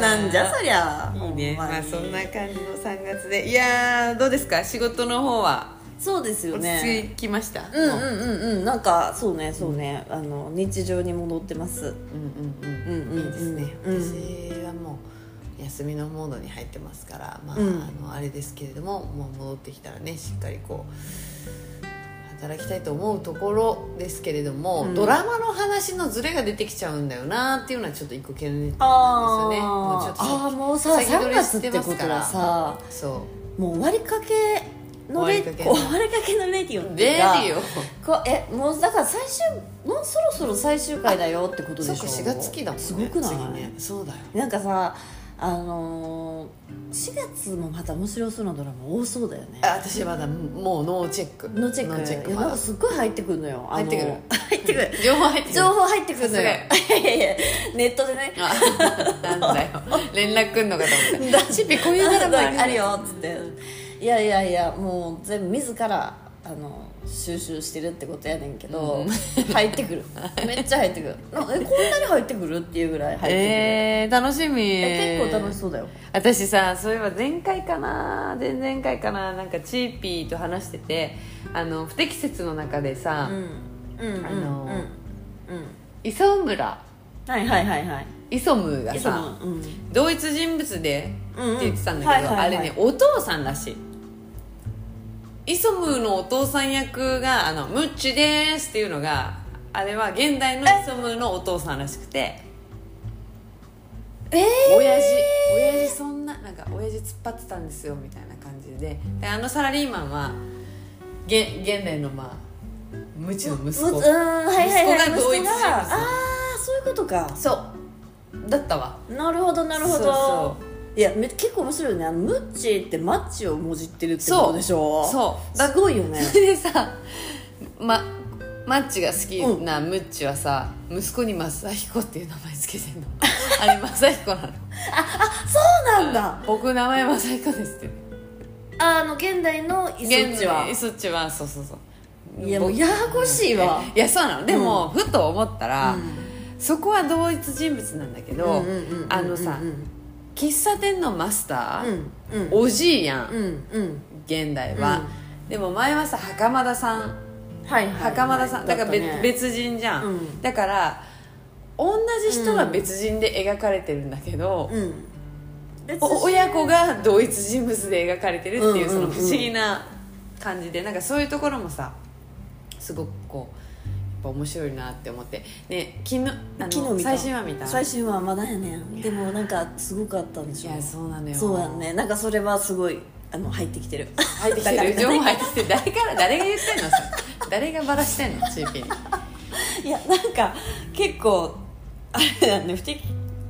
[SPEAKER 2] なんじゃそりゃ
[SPEAKER 1] いいね
[SPEAKER 2] ほん
[SPEAKER 1] ま
[SPEAKER 2] ま
[SPEAKER 1] あ
[SPEAKER 2] に
[SPEAKER 1] そんな感じの3月でいやーどうですか仕事の方は
[SPEAKER 2] そうですよ
[SPEAKER 1] 落
[SPEAKER 2] ね
[SPEAKER 1] ち着きました、
[SPEAKER 2] うん
[SPEAKER 1] も
[SPEAKER 2] うんうんうんなんかそうねそうね、あの日常に戻ってます
[SPEAKER 1] うんうん
[SPEAKER 2] うんうん
[SPEAKER 1] うんいいですね、
[SPEAKER 2] うん
[SPEAKER 1] 私はもう休みのモードに入ってますから、まあ
[SPEAKER 2] うん
[SPEAKER 1] あのあれですけれどももう戻ってきたらねしっかりこう働きたいと思うところですけれども、
[SPEAKER 2] うん
[SPEAKER 1] ドラマの話のズレが出てきちゃうんだよなっていうのはちょっと一個懸念点なんですよねもうちょ
[SPEAKER 2] あ
[SPEAKER 1] っ
[SPEAKER 2] ー
[SPEAKER 1] と
[SPEAKER 2] あー
[SPEAKER 1] 先
[SPEAKER 2] もうさ
[SPEAKER 1] 先取
[SPEAKER 2] 3
[SPEAKER 1] り
[SPEAKER 2] 月
[SPEAKER 1] し
[SPEAKER 2] ってて
[SPEAKER 1] ま
[SPEAKER 2] こ
[SPEAKER 1] す
[SPEAKER 2] と
[SPEAKER 1] から
[SPEAKER 2] はさ
[SPEAKER 1] そ
[SPEAKER 2] もう終わりかけの
[SPEAKER 1] 終わり
[SPEAKER 2] レ
[SPEAKER 1] かけ
[SPEAKER 2] 終わりかけのレディオっ
[SPEAKER 1] う
[SPEAKER 2] ていうか
[SPEAKER 1] レディオ
[SPEAKER 2] こえもうだから最終もうそろそろ最終回だよってことでし
[SPEAKER 1] そ
[SPEAKER 2] ょ
[SPEAKER 1] うか4月期だもんね
[SPEAKER 2] すごくない
[SPEAKER 1] 次ねそうだよ
[SPEAKER 2] なんかさあのー、4月もまた面白そうなドラマ多そうだよね
[SPEAKER 1] あ私まだもうノーチェック
[SPEAKER 2] のチェックいや
[SPEAKER 1] ま
[SPEAKER 2] な
[SPEAKER 1] だ
[SPEAKER 2] んかすっごい入ってくるのよあ
[SPEAKER 1] 入
[SPEAKER 2] の
[SPEAKER 1] ってくる
[SPEAKER 2] 入ってくる
[SPEAKER 1] 情報入ってくる
[SPEAKER 2] 情報入ってくるのよい
[SPEAKER 1] さ
[SPEAKER 2] やいやネットでね
[SPEAKER 1] あなんだよ連絡くんのかと思っ
[SPEAKER 2] だ
[SPEAKER 1] たチッピこういうドラマ
[SPEAKER 2] ああるよっつっていやいやいやもう全部自らあの収集してるってことやねんけど、入ってくるめっちゃ入ってくるなえこんなに入ってくるっていうぐらい 入ってくる、
[SPEAKER 1] えー、楽しみ
[SPEAKER 2] え結構楽しそうだよ
[SPEAKER 1] 私さそういえば前回かな前々回かななんかチーピーと話しててあの不適切の中で
[SPEAKER 2] う
[SPEAKER 1] さ、
[SPEAKER 2] んうんうん
[SPEAKER 1] あのー
[SPEAKER 2] うんうん
[SPEAKER 1] 磯村
[SPEAKER 2] はいはいはいはい
[SPEAKER 1] イソムが
[SPEAKER 2] いつも
[SPEAKER 1] さ
[SPEAKER 2] うん
[SPEAKER 1] 同一人物で
[SPEAKER 2] うんうん
[SPEAKER 1] って言ってたんだけど、
[SPEAKER 2] はいはいはい
[SPEAKER 1] あれねお父さんらしいイソムのお父さん役が「あのムッチです」っていうのがあれは現代のイソムのお父さんらしくて
[SPEAKER 2] ええ
[SPEAKER 1] 親父親父そんななんか親父突っ張ってたんですよみたいな感じでであのサラリーマンは現現代のまあ無知の息
[SPEAKER 2] う
[SPEAKER 1] 子
[SPEAKER 2] んはいはいはい
[SPEAKER 1] 息子が同一人物
[SPEAKER 2] 息子がああそういうことか
[SPEAKER 1] そうだったわ
[SPEAKER 2] なるほどなるほど
[SPEAKER 1] そうそ
[SPEAKER 2] いやめ結構面白いよねあのムッチーってマッチをもじってるってことでしょ
[SPEAKER 1] そうだ
[SPEAKER 2] すごいよね
[SPEAKER 1] それでさ、ま、マッチが好きなムッチはさ、息子に正彦っていう名前つけてんの あれ正彦なの
[SPEAKER 2] そうなんだ
[SPEAKER 1] 僕名前正彦ですって
[SPEAKER 2] あの現代のイソッチは
[SPEAKER 1] そっちはそうそうそう
[SPEAKER 2] いやもうややこしいわ
[SPEAKER 1] いやそうなのでも、ふと思ったら、
[SPEAKER 2] うん
[SPEAKER 1] そこは同一人物なんだけど、
[SPEAKER 2] うんうんうんうん
[SPEAKER 1] あのさ、
[SPEAKER 2] う
[SPEAKER 1] 喫茶店のマスター、
[SPEAKER 2] んうん
[SPEAKER 1] おじいやん、
[SPEAKER 2] うんうん
[SPEAKER 1] 現代は、でも前はさ袴田さん
[SPEAKER 2] はいはい
[SPEAKER 1] 袴田さんだから別,、別人じゃん、
[SPEAKER 2] うん
[SPEAKER 1] だから同じ人が別人で描かれてるんだけど、
[SPEAKER 2] うん別
[SPEAKER 1] お親子が同一人物で描かれてるっていう
[SPEAKER 2] うん
[SPEAKER 1] その
[SPEAKER 2] うんうん
[SPEAKER 1] 不思議な感じでなんかそういうところもさすごくこうやっぱ面白いなって思ってね昨日あ
[SPEAKER 2] 昨
[SPEAKER 1] の
[SPEAKER 2] 日見た
[SPEAKER 1] 最新話見た
[SPEAKER 2] 最新話まだやねんでもなんかすごかったんで
[SPEAKER 1] い
[SPEAKER 2] しょ
[SPEAKER 1] やそうなのよ
[SPEAKER 2] そうやんねなんかそれはすごいあの入ってきて る
[SPEAKER 1] 入ってきて
[SPEAKER 2] だか
[SPEAKER 1] る
[SPEAKER 2] ら
[SPEAKER 1] 情報入ってきてる誰から誰が言ってんのそれ誰がバラしてんのチーピーに
[SPEAKER 2] いやなんか結構あれだね不適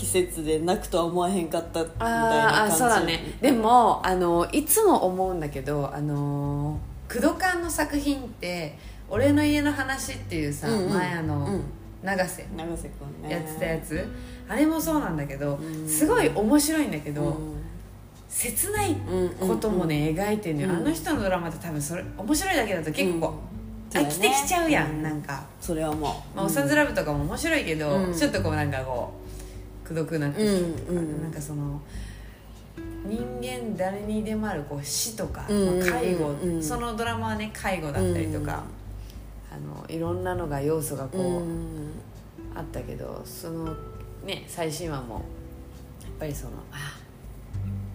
[SPEAKER 2] 切で泣くとは思わへんかったみたいな
[SPEAKER 1] あー
[SPEAKER 2] 感
[SPEAKER 1] あ
[SPEAKER 2] じ
[SPEAKER 1] そうだねでもあのいつも思うんだけどあの工藤館の作品って「俺の家の話」っていうさ、
[SPEAKER 2] うんうん
[SPEAKER 1] 前あの、
[SPEAKER 2] うん
[SPEAKER 1] 永瀬
[SPEAKER 2] 永瀬君ね
[SPEAKER 1] やってたやつ、あれもそうなんだけど、
[SPEAKER 2] ん
[SPEAKER 1] すごい面白いんだけど、
[SPEAKER 2] う
[SPEAKER 1] 切ない
[SPEAKER 2] ん
[SPEAKER 1] こともね、描いてるのよ、
[SPEAKER 2] うん
[SPEAKER 1] あの人のドラマって多分それ面白いだけだと結構、
[SPEAKER 2] うん
[SPEAKER 1] 飽きてきちゃうやん、
[SPEAKER 2] そうだね
[SPEAKER 1] なんか、
[SPEAKER 2] それはもう
[SPEAKER 1] まあ、おさんずラブとかも面白いけど、
[SPEAKER 2] うん
[SPEAKER 1] ちょっとこうなんかこうくどくなってきてるとか、
[SPEAKER 2] うんうん
[SPEAKER 1] なんかその人間誰にでもあるこう死とか、
[SPEAKER 2] うんうんうん
[SPEAKER 1] まあ介護、
[SPEAKER 2] うん
[SPEAKER 1] そのドラマはね介護だったりとか、あのいろんなのが要素がこう、
[SPEAKER 2] うん
[SPEAKER 1] あったけどそのね最新話もやっぱりそのあ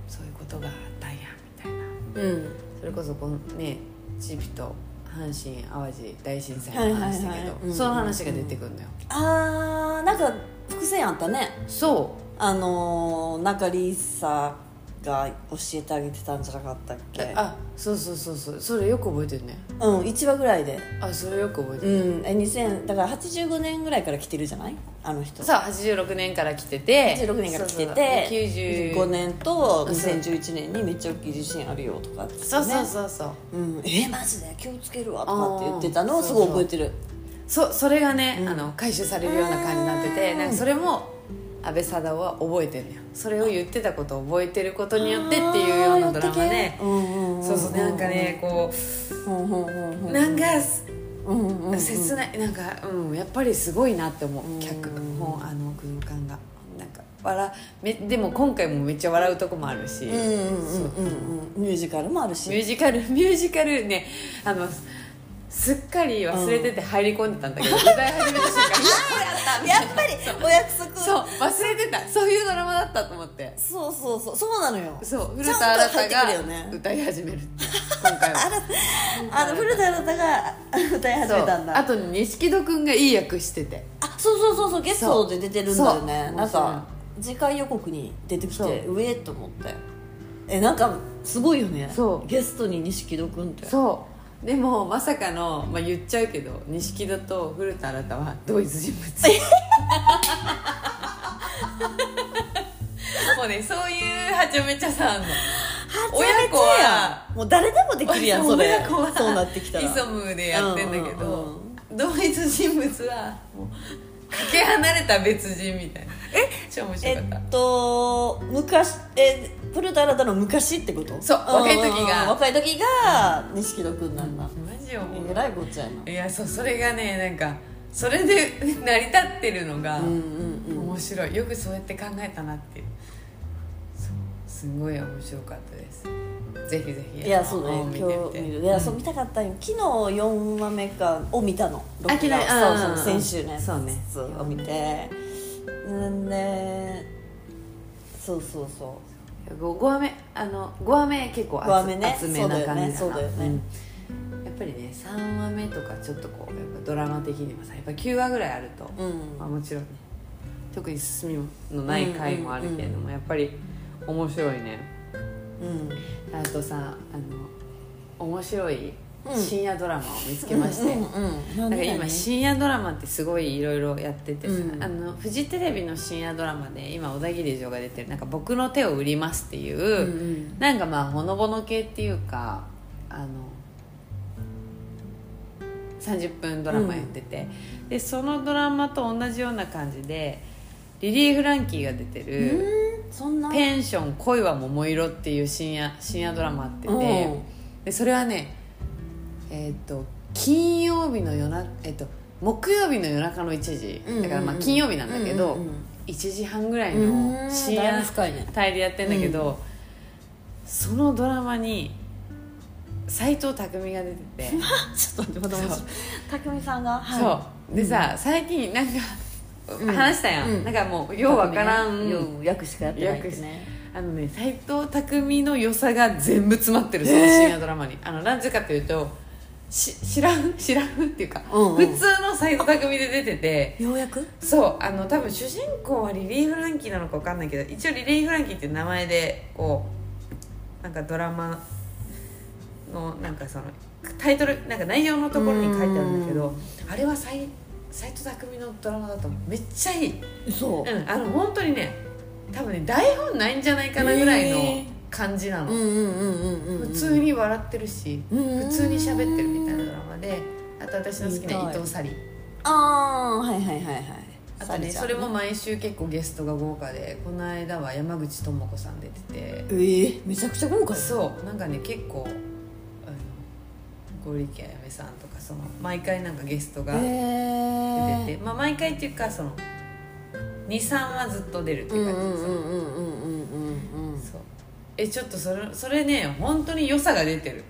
[SPEAKER 1] そういうことがあったんやみたいな
[SPEAKER 2] うん
[SPEAKER 1] それこそこのねチビと阪神・淡路大震災の話だけど、
[SPEAKER 2] はいはいはいうん
[SPEAKER 1] その話が出てくるのよ、
[SPEAKER 2] あーなんか伏線あったね
[SPEAKER 1] そ
[SPEAKER 2] あのー、なんかリーサが教えてあげてたんじゃなかったっ
[SPEAKER 1] う
[SPEAKER 2] け
[SPEAKER 1] あそうそうそうそうそれよく覚えてるね
[SPEAKER 2] うん1話ぐらいで
[SPEAKER 1] あそれよく覚えて
[SPEAKER 2] う
[SPEAKER 1] る、
[SPEAKER 2] んえ2000だから85年ぐらいから来てるじゃないあの人
[SPEAKER 1] さあ86年から来てて
[SPEAKER 2] 86年から来て
[SPEAKER 1] そうそう
[SPEAKER 2] て
[SPEAKER 1] で
[SPEAKER 2] 5年と
[SPEAKER 1] うん
[SPEAKER 2] 2011年にめっちゃ大きい地震あるよとかってね
[SPEAKER 1] そうそうそうそう
[SPEAKER 2] うん、えマジで気をつけるわとかって言ってたの
[SPEAKER 1] あ
[SPEAKER 2] を
[SPEAKER 1] ー
[SPEAKER 2] すごい覚えてる
[SPEAKER 1] そそれがね、
[SPEAKER 2] うん
[SPEAKER 1] あの回収されるような感じになっててなんかそれも安倍貞夫は覚えてるのよそれを言ってたことを覚えてることによってっていうようなドラマで
[SPEAKER 2] あーやってけうんうんん
[SPEAKER 1] そうそうなんかねこ
[SPEAKER 2] うんうんうんう
[SPEAKER 1] うんなんか
[SPEAKER 2] うんうんうんうん
[SPEAKER 1] 切ないなんかうんやっぱりすごいなって思
[SPEAKER 2] うん
[SPEAKER 1] う脚本あの空間がなんか笑めでも今回もめっちゃ笑うとこもあるし、
[SPEAKER 2] うんうんうんうんうんミュージカルもあるし
[SPEAKER 1] ミュージカル ミュージカルねあのすっかり忘れてて入り込んでたんだけど、歌い始めた瞬間
[SPEAKER 2] やっぱりお約束
[SPEAKER 1] そう忘れてたそういうドラマだったと思って
[SPEAKER 2] そうそうそうそうなのよ
[SPEAKER 1] そう古
[SPEAKER 2] ちゃ
[SPEAKER 1] 田
[SPEAKER 2] んと
[SPEAKER 1] 新
[SPEAKER 2] 入って
[SPEAKER 1] 太
[SPEAKER 2] くるよ
[SPEAKER 1] が
[SPEAKER 2] ね
[SPEAKER 1] 歌い始めるっていう今回は
[SPEAKER 2] あの古田新太が あ歌い始めたんだ
[SPEAKER 1] そうあと錦戸君がいい役してて
[SPEAKER 2] あそうそうそうそうゲストで出てるんだよね
[SPEAKER 1] そう
[SPEAKER 2] なん
[SPEAKER 1] そう
[SPEAKER 2] か次回予告に出てき
[SPEAKER 1] そう
[SPEAKER 2] て上と思ってえなんかすごいよね
[SPEAKER 1] そう
[SPEAKER 2] ゲストに錦戸君って
[SPEAKER 1] そうでもまさかの、まあ、言っちゃうけど錦戸と古田新太は同一 人物もうねそういうはちゃめちゃさあんの
[SPEAKER 2] は
[SPEAKER 1] 親子は
[SPEAKER 2] もう誰でもできる やんそれ
[SPEAKER 1] 親子は
[SPEAKER 2] そうなってきたら
[SPEAKER 1] イソムでやってんだけど、
[SPEAKER 2] うんうん
[SPEAKER 1] 同一人物はもうかけ離れた別人みたいなえ超面白
[SPEAKER 2] え
[SPEAKER 1] かった
[SPEAKER 2] っと昔え古田新太の昔ってこと
[SPEAKER 1] そう若い時が
[SPEAKER 2] うんうん若い時が錦戸君なんだ
[SPEAKER 1] マジよも
[SPEAKER 2] えらいこっちゃやな
[SPEAKER 1] ういやそうそれがねなんかそれで成り立ってるのが
[SPEAKER 2] うんうんうん
[SPEAKER 1] 面白いよくそうやって考えたなっていうそうすごい面白かったですぜひぜひ
[SPEAKER 2] いやそうね
[SPEAKER 1] あの
[SPEAKER 2] 今日
[SPEAKER 1] 見て
[SPEAKER 2] 見
[SPEAKER 1] み
[SPEAKER 2] る
[SPEAKER 1] て
[SPEAKER 2] いやそう見たかったんよ昨日4話目かを見たの録画
[SPEAKER 1] 昨日
[SPEAKER 2] そう
[SPEAKER 1] うんうん
[SPEAKER 2] そう先週のやつ
[SPEAKER 1] そうね
[SPEAKER 2] を見てうんねそうそうそう
[SPEAKER 1] 5話目あの5話目結構厚
[SPEAKER 2] 五話目ね
[SPEAKER 1] 厚めな感じ
[SPEAKER 2] そうだよねそうだよね
[SPEAKER 1] うんやっぱりね3話目とかちょっとこうやっぱドラマ的にもさやっぱ9話ぐらいあると、
[SPEAKER 2] うん
[SPEAKER 1] まあ、もちろんね特に進みのない回もあるけれども、やっぱり面白いね
[SPEAKER 2] うん
[SPEAKER 1] あとさあの面白い
[SPEAKER 2] うん
[SPEAKER 1] 深夜ドラマを見つけまして、
[SPEAKER 2] うんうんうん
[SPEAKER 1] なんか今深夜ドラマってすごいいろいろやっててさ、
[SPEAKER 2] うん
[SPEAKER 1] あのフジテレビの深夜ドラマで今小田切城が出てる「なんか僕の手を売ります」っていう、
[SPEAKER 2] うん
[SPEAKER 1] なんかまあほのぼの系っていうかあの30分ドラマやってて、でそのドラマと同じような感じでリリー・フランキーが出て
[SPEAKER 2] う
[SPEAKER 1] る
[SPEAKER 2] んそ
[SPEAKER 1] 「
[SPEAKER 2] んな
[SPEAKER 1] ペンション恋は桃色」っていう深夜深夜ドラマあってて、
[SPEAKER 2] うん
[SPEAKER 1] でそれはねえーっと金曜日の夜な、えーっと木曜日の夜中の1時
[SPEAKER 2] うんうんうん
[SPEAKER 1] だからまあ金曜日なんだけど、
[SPEAKER 2] うんうん
[SPEAKER 1] 1時半ぐらいうの
[SPEAKER 2] ん
[SPEAKER 1] 深
[SPEAKER 2] だい
[SPEAKER 1] 夜
[SPEAKER 2] ぶ深いね
[SPEAKER 1] 帯でやってんだけど、そのドラマに斎藤工が出てて、
[SPEAKER 2] ちょっと待ってまた面白い匠さんがはい
[SPEAKER 1] そうでさ、最近なんか
[SPEAKER 2] ん
[SPEAKER 1] 話したやん、
[SPEAKER 2] うん
[SPEAKER 1] なんかもうようわからん、
[SPEAKER 2] 匠ねよう役しかやってないって
[SPEAKER 1] 役し
[SPEAKER 2] ね
[SPEAKER 1] あのね斎藤工の良さが全部詰まってるその深夜ドラマに、あのなんでかっていうとし知らん 知らんっていうか、
[SPEAKER 2] うんうん
[SPEAKER 1] 普通の斎藤工で出てて
[SPEAKER 2] ようやく
[SPEAKER 1] そうあの多分主人公はリリー・フランキーなのか分かんないけど一応リリー・フランキーっていう名前でこうなんかドラマのなんかそのタイトルなんか内容のところに書いてあるんだけどあれは斎斎藤工のドラマだと思うめっちゃいい、
[SPEAKER 2] そう
[SPEAKER 1] うん、あの本当にね多分ね台本ないんじゃないかなぐらい
[SPEAKER 2] へ
[SPEAKER 1] の
[SPEAKER 2] ー
[SPEAKER 1] 感じなの、
[SPEAKER 2] うんうんうんうんうんうん
[SPEAKER 1] 普通に笑ってるし普
[SPEAKER 2] 普
[SPEAKER 1] 通に喋ってるみたいなドラマであと私の好きな伊藤沙莉
[SPEAKER 2] ああはいはいはいはい
[SPEAKER 1] あとねそれも毎週結構ゲストが豪華でこの間は山口智子さん出てて
[SPEAKER 2] えー、めちゃくちゃ豪華です
[SPEAKER 1] そうなんかね結構あのゴリキャやめさんとかその毎回なんかゲストが
[SPEAKER 2] え
[SPEAKER 1] 出てて、
[SPEAKER 2] ー
[SPEAKER 1] まあ、毎回っていうかその23はずっと出るって
[SPEAKER 2] うん
[SPEAKER 1] 感
[SPEAKER 2] う
[SPEAKER 1] じ
[SPEAKER 2] ん
[SPEAKER 1] です、
[SPEAKER 2] うんうんうんうんうん
[SPEAKER 1] そうえちょっとそれそれね本当に良さが出てる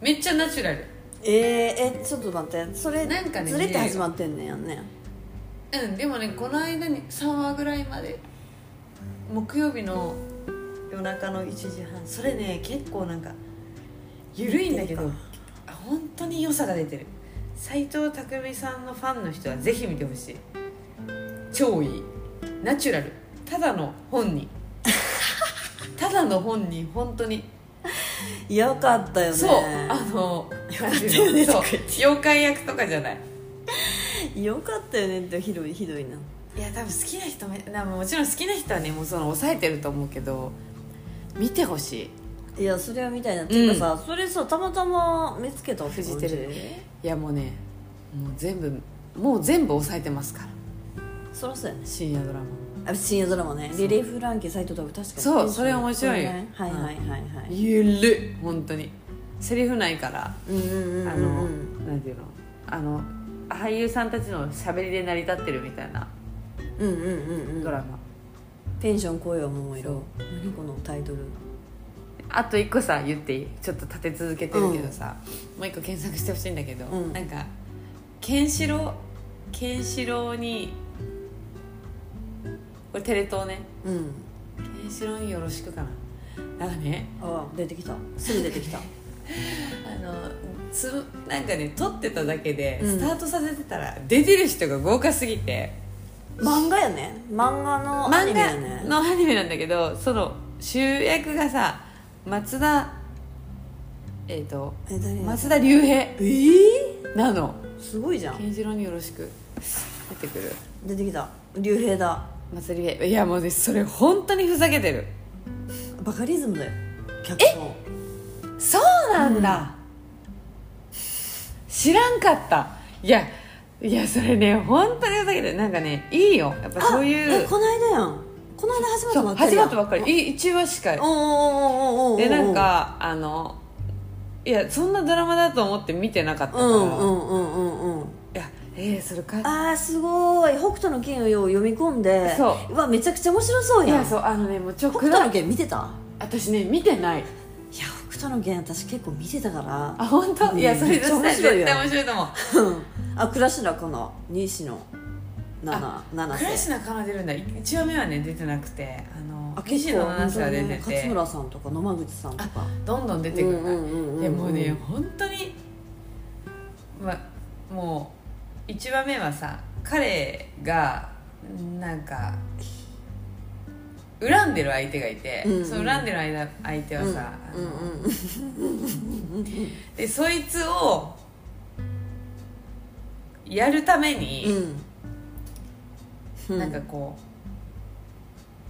[SPEAKER 1] めっちゃナチュラル
[SPEAKER 2] えー、えちょっと待ってそれ
[SPEAKER 1] なんかね
[SPEAKER 2] ずれて始まってんねやんね
[SPEAKER 1] うんでもねこの間に3話ぐらいまで木曜日の夜中の1時半それね結構なんか緩いんだけど
[SPEAKER 2] 出てる
[SPEAKER 1] あ本当に良さが出てる斎藤工さんのファンの人はぜひ見てほしい超いいナチュラルただの本 人ただの本人本当に
[SPEAKER 2] よかっ たよね
[SPEAKER 1] そうあのなんて
[SPEAKER 2] よかったよ
[SPEAKER 1] い
[SPEAKER 2] ね
[SPEAKER 1] うのそう
[SPEAKER 2] とか言っ
[SPEAKER 1] 妖怪役とかじゃない
[SPEAKER 2] よかったよねってひどいひどいない
[SPEAKER 1] や多分好きな人めなもちろん好きな人はねもうその抑えてると思うけど見てほしい
[SPEAKER 2] いやそれはみたいなっていうかさ、それさたまたま見つけた
[SPEAKER 1] フジテレビいやもうねもう全部もう全部抑えてますから
[SPEAKER 2] そらそうやね
[SPEAKER 1] 深夜ドラマ
[SPEAKER 2] あ深夜ドラマねリレーフランケ斎藤匠確かに
[SPEAKER 1] そうそれ面白いよ
[SPEAKER 2] ねはいはいはいはい
[SPEAKER 1] ゆるっ本当にセリフないから
[SPEAKER 2] うんうんう
[SPEAKER 1] あ
[SPEAKER 2] んうん
[SPEAKER 1] の、なんていうのあの俳優さんたちの喋りで成り立ってるみたいな
[SPEAKER 2] うんうんうんう
[SPEAKER 1] ドラ
[SPEAKER 2] ん
[SPEAKER 1] マ、
[SPEAKER 2] ペンション声は桃色
[SPEAKER 1] そう
[SPEAKER 2] 何このタイトル
[SPEAKER 1] あと一個さ言っていいちょっと立て続けてるけどさ、もう一個検索してほしいんだけど、
[SPEAKER 2] うん
[SPEAKER 1] なんかケンシロウケンシロウにこれテレ東ね
[SPEAKER 2] うん
[SPEAKER 1] ケンシロウによろしくかななんかね
[SPEAKER 2] あ出てきたすぐ出てき た
[SPEAKER 1] あのつなんかね撮ってただけで
[SPEAKER 2] うん
[SPEAKER 1] スタートさせてたら、出てる人が豪華すぎて
[SPEAKER 2] 漫画やね漫画のアニ
[SPEAKER 1] 漫
[SPEAKER 2] メやね
[SPEAKER 1] 画のアニメなんだけどその主役がさ松田えっ、と
[SPEAKER 2] え誰
[SPEAKER 1] 松田龍平
[SPEAKER 2] えー、
[SPEAKER 1] なの
[SPEAKER 2] すごいじゃん
[SPEAKER 1] 健次郎によろしく出てくる
[SPEAKER 2] 出てきた竜兵だ
[SPEAKER 1] 祭りへいやもうねそれ本当にふざけてる
[SPEAKER 2] バカリズムだよ脚本
[SPEAKER 1] そうなんだ、知らんかったいやいやそれね本当にふざけてるなんかねいいよやっぱそうい
[SPEAKER 2] え
[SPEAKER 1] う
[SPEAKER 2] この間やんこの間始まっ
[SPEAKER 1] そ
[SPEAKER 2] た
[SPEAKER 1] う
[SPEAKER 2] ばっかり
[SPEAKER 1] 始
[SPEAKER 2] や
[SPEAKER 1] ま
[SPEAKER 2] ん
[SPEAKER 1] ったばっかりい一話しか
[SPEAKER 2] おおおおお
[SPEAKER 1] でなんかあのいやそんなドラマだと思って見てなかった
[SPEAKER 2] う
[SPEAKER 1] から、
[SPEAKER 2] んう
[SPEAKER 1] い
[SPEAKER 2] んうんうんうん
[SPEAKER 1] やえー、それか
[SPEAKER 2] あーすごい北斗の拳をよう読み込んで
[SPEAKER 1] そう
[SPEAKER 2] わめちゃくちゃ面白そう
[SPEAKER 1] い
[SPEAKER 2] や
[SPEAKER 1] や
[SPEAKER 2] ん
[SPEAKER 1] そうあのねもう直
[SPEAKER 2] 北斗
[SPEAKER 1] だ
[SPEAKER 2] の拳見てた
[SPEAKER 1] 私ね見てない
[SPEAKER 2] いや北斗の拳私結構見てたから
[SPEAKER 1] あ本当、いやそれ
[SPEAKER 2] めっちゃ面白
[SPEAKER 1] 絶
[SPEAKER 2] いよ
[SPEAKER 1] 対面白いと思う
[SPEAKER 2] うんあ倉科かな西野七七
[SPEAKER 1] 倉
[SPEAKER 2] 瀬
[SPEAKER 1] 科かな出るんだ1話目はね出てなくてあの
[SPEAKER 2] あ
[SPEAKER 1] 岸野七瀬が出て
[SPEAKER 2] 本当ね勝
[SPEAKER 1] て
[SPEAKER 2] 村さんとか野間口さんとか
[SPEAKER 1] どんどん出てくるから、
[SPEAKER 2] うんうんうんうん
[SPEAKER 1] でもうね本当にまもう1話目はさ彼がなんか恨んでる相手がいて、
[SPEAKER 2] うんうん
[SPEAKER 1] その恨んでる間相手はさ、
[SPEAKER 2] うん
[SPEAKER 1] あの
[SPEAKER 2] うん
[SPEAKER 1] でそいつをやるために、
[SPEAKER 2] うん
[SPEAKER 1] なんかこ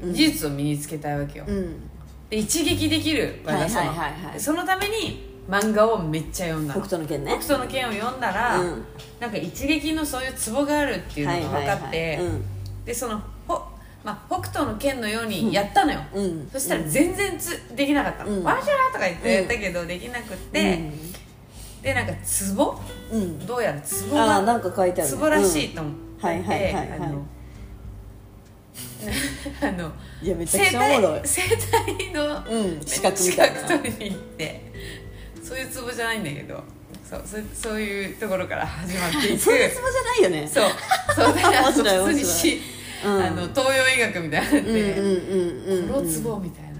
[SPEAKER 1] う、
[SPEAKER 2] うん
[SPEAKER 1] 技術を身につけたいわけよ、
[SPEAKER 2] うん
[SPEAKER 1] で一撃できる
[SPEAKER 2] はいはい
[SPEAKER 1] 技その
[SPEAKER 2] はいはい
[SPEAKER 1] そのために漫画をめっちゃ読んだ
[SPEAKER 2] 北
[SPEAKER 1] の北
[SPEAKER 2] 斗の拳ね
[SPEAKER 1] 斗の拳を読んだら、なんか一撃のそういうツボがあるっていうのが分かって、
[SPEAKER 2] はいはいはい
[SPEAKER 1] でそのほ、まあ、北斗の拳のようにやったのよ、
[SPEAKER 2] うんうん
[SPEAKER 1] そしたら全然つできなかった
[SPEAKER 2] う
[SPEAKER 1] の「
[SPEAKER 2] ん
[SPEAKER 1] わしゃー!」とか言ってやったけどできなくって、でなんかツボ
[SPEAKER 2] うんうん
[SPEAKER 1] どうやらツボ
[SPEAKER 2] ああ
[SPEAKER 1] が
[SPEAKER 2] なんか書いてあるね
[SPEAKER 1] ツボらしいと思って、
[SPEAKER 2] うんはいはいはいはい
[SPEAKER 1] あのあ の
[SPEAKER 2] うんいやめちゃく
[SPEAKER 1] 生
[SPEAKER 2] ちゃおもろい
[SPEAKER 1] 体生体の
[SPEAKER 2] うん資格みたいな
[SPEAKER 1] 資格取りに行ってそういうツボじゃないんだけどそうそそういうところから始まっていく
[SPEAKER 2] そういうツボじゃないよね
[SPEAKER 1] そうそうだから
[SPEAKER 2] 面白
[SPEAKER 1] 普
[SPEAKER 2] い
[SPEAKER 1] 通に
[SPEAKER 2] 面白
[SPEAKER 1] し、
[SPEAKER 2] うん
[SPEAKER 1] あの東洋医学みたいなの
[SPEAKER 2] うん
[SPEAKER 1] で、
[SPEAKER 2] うんうん
[SPEAKER 1] 黒
[SPEAKER 2] うん
[SPEAKER 1] ツボみたいな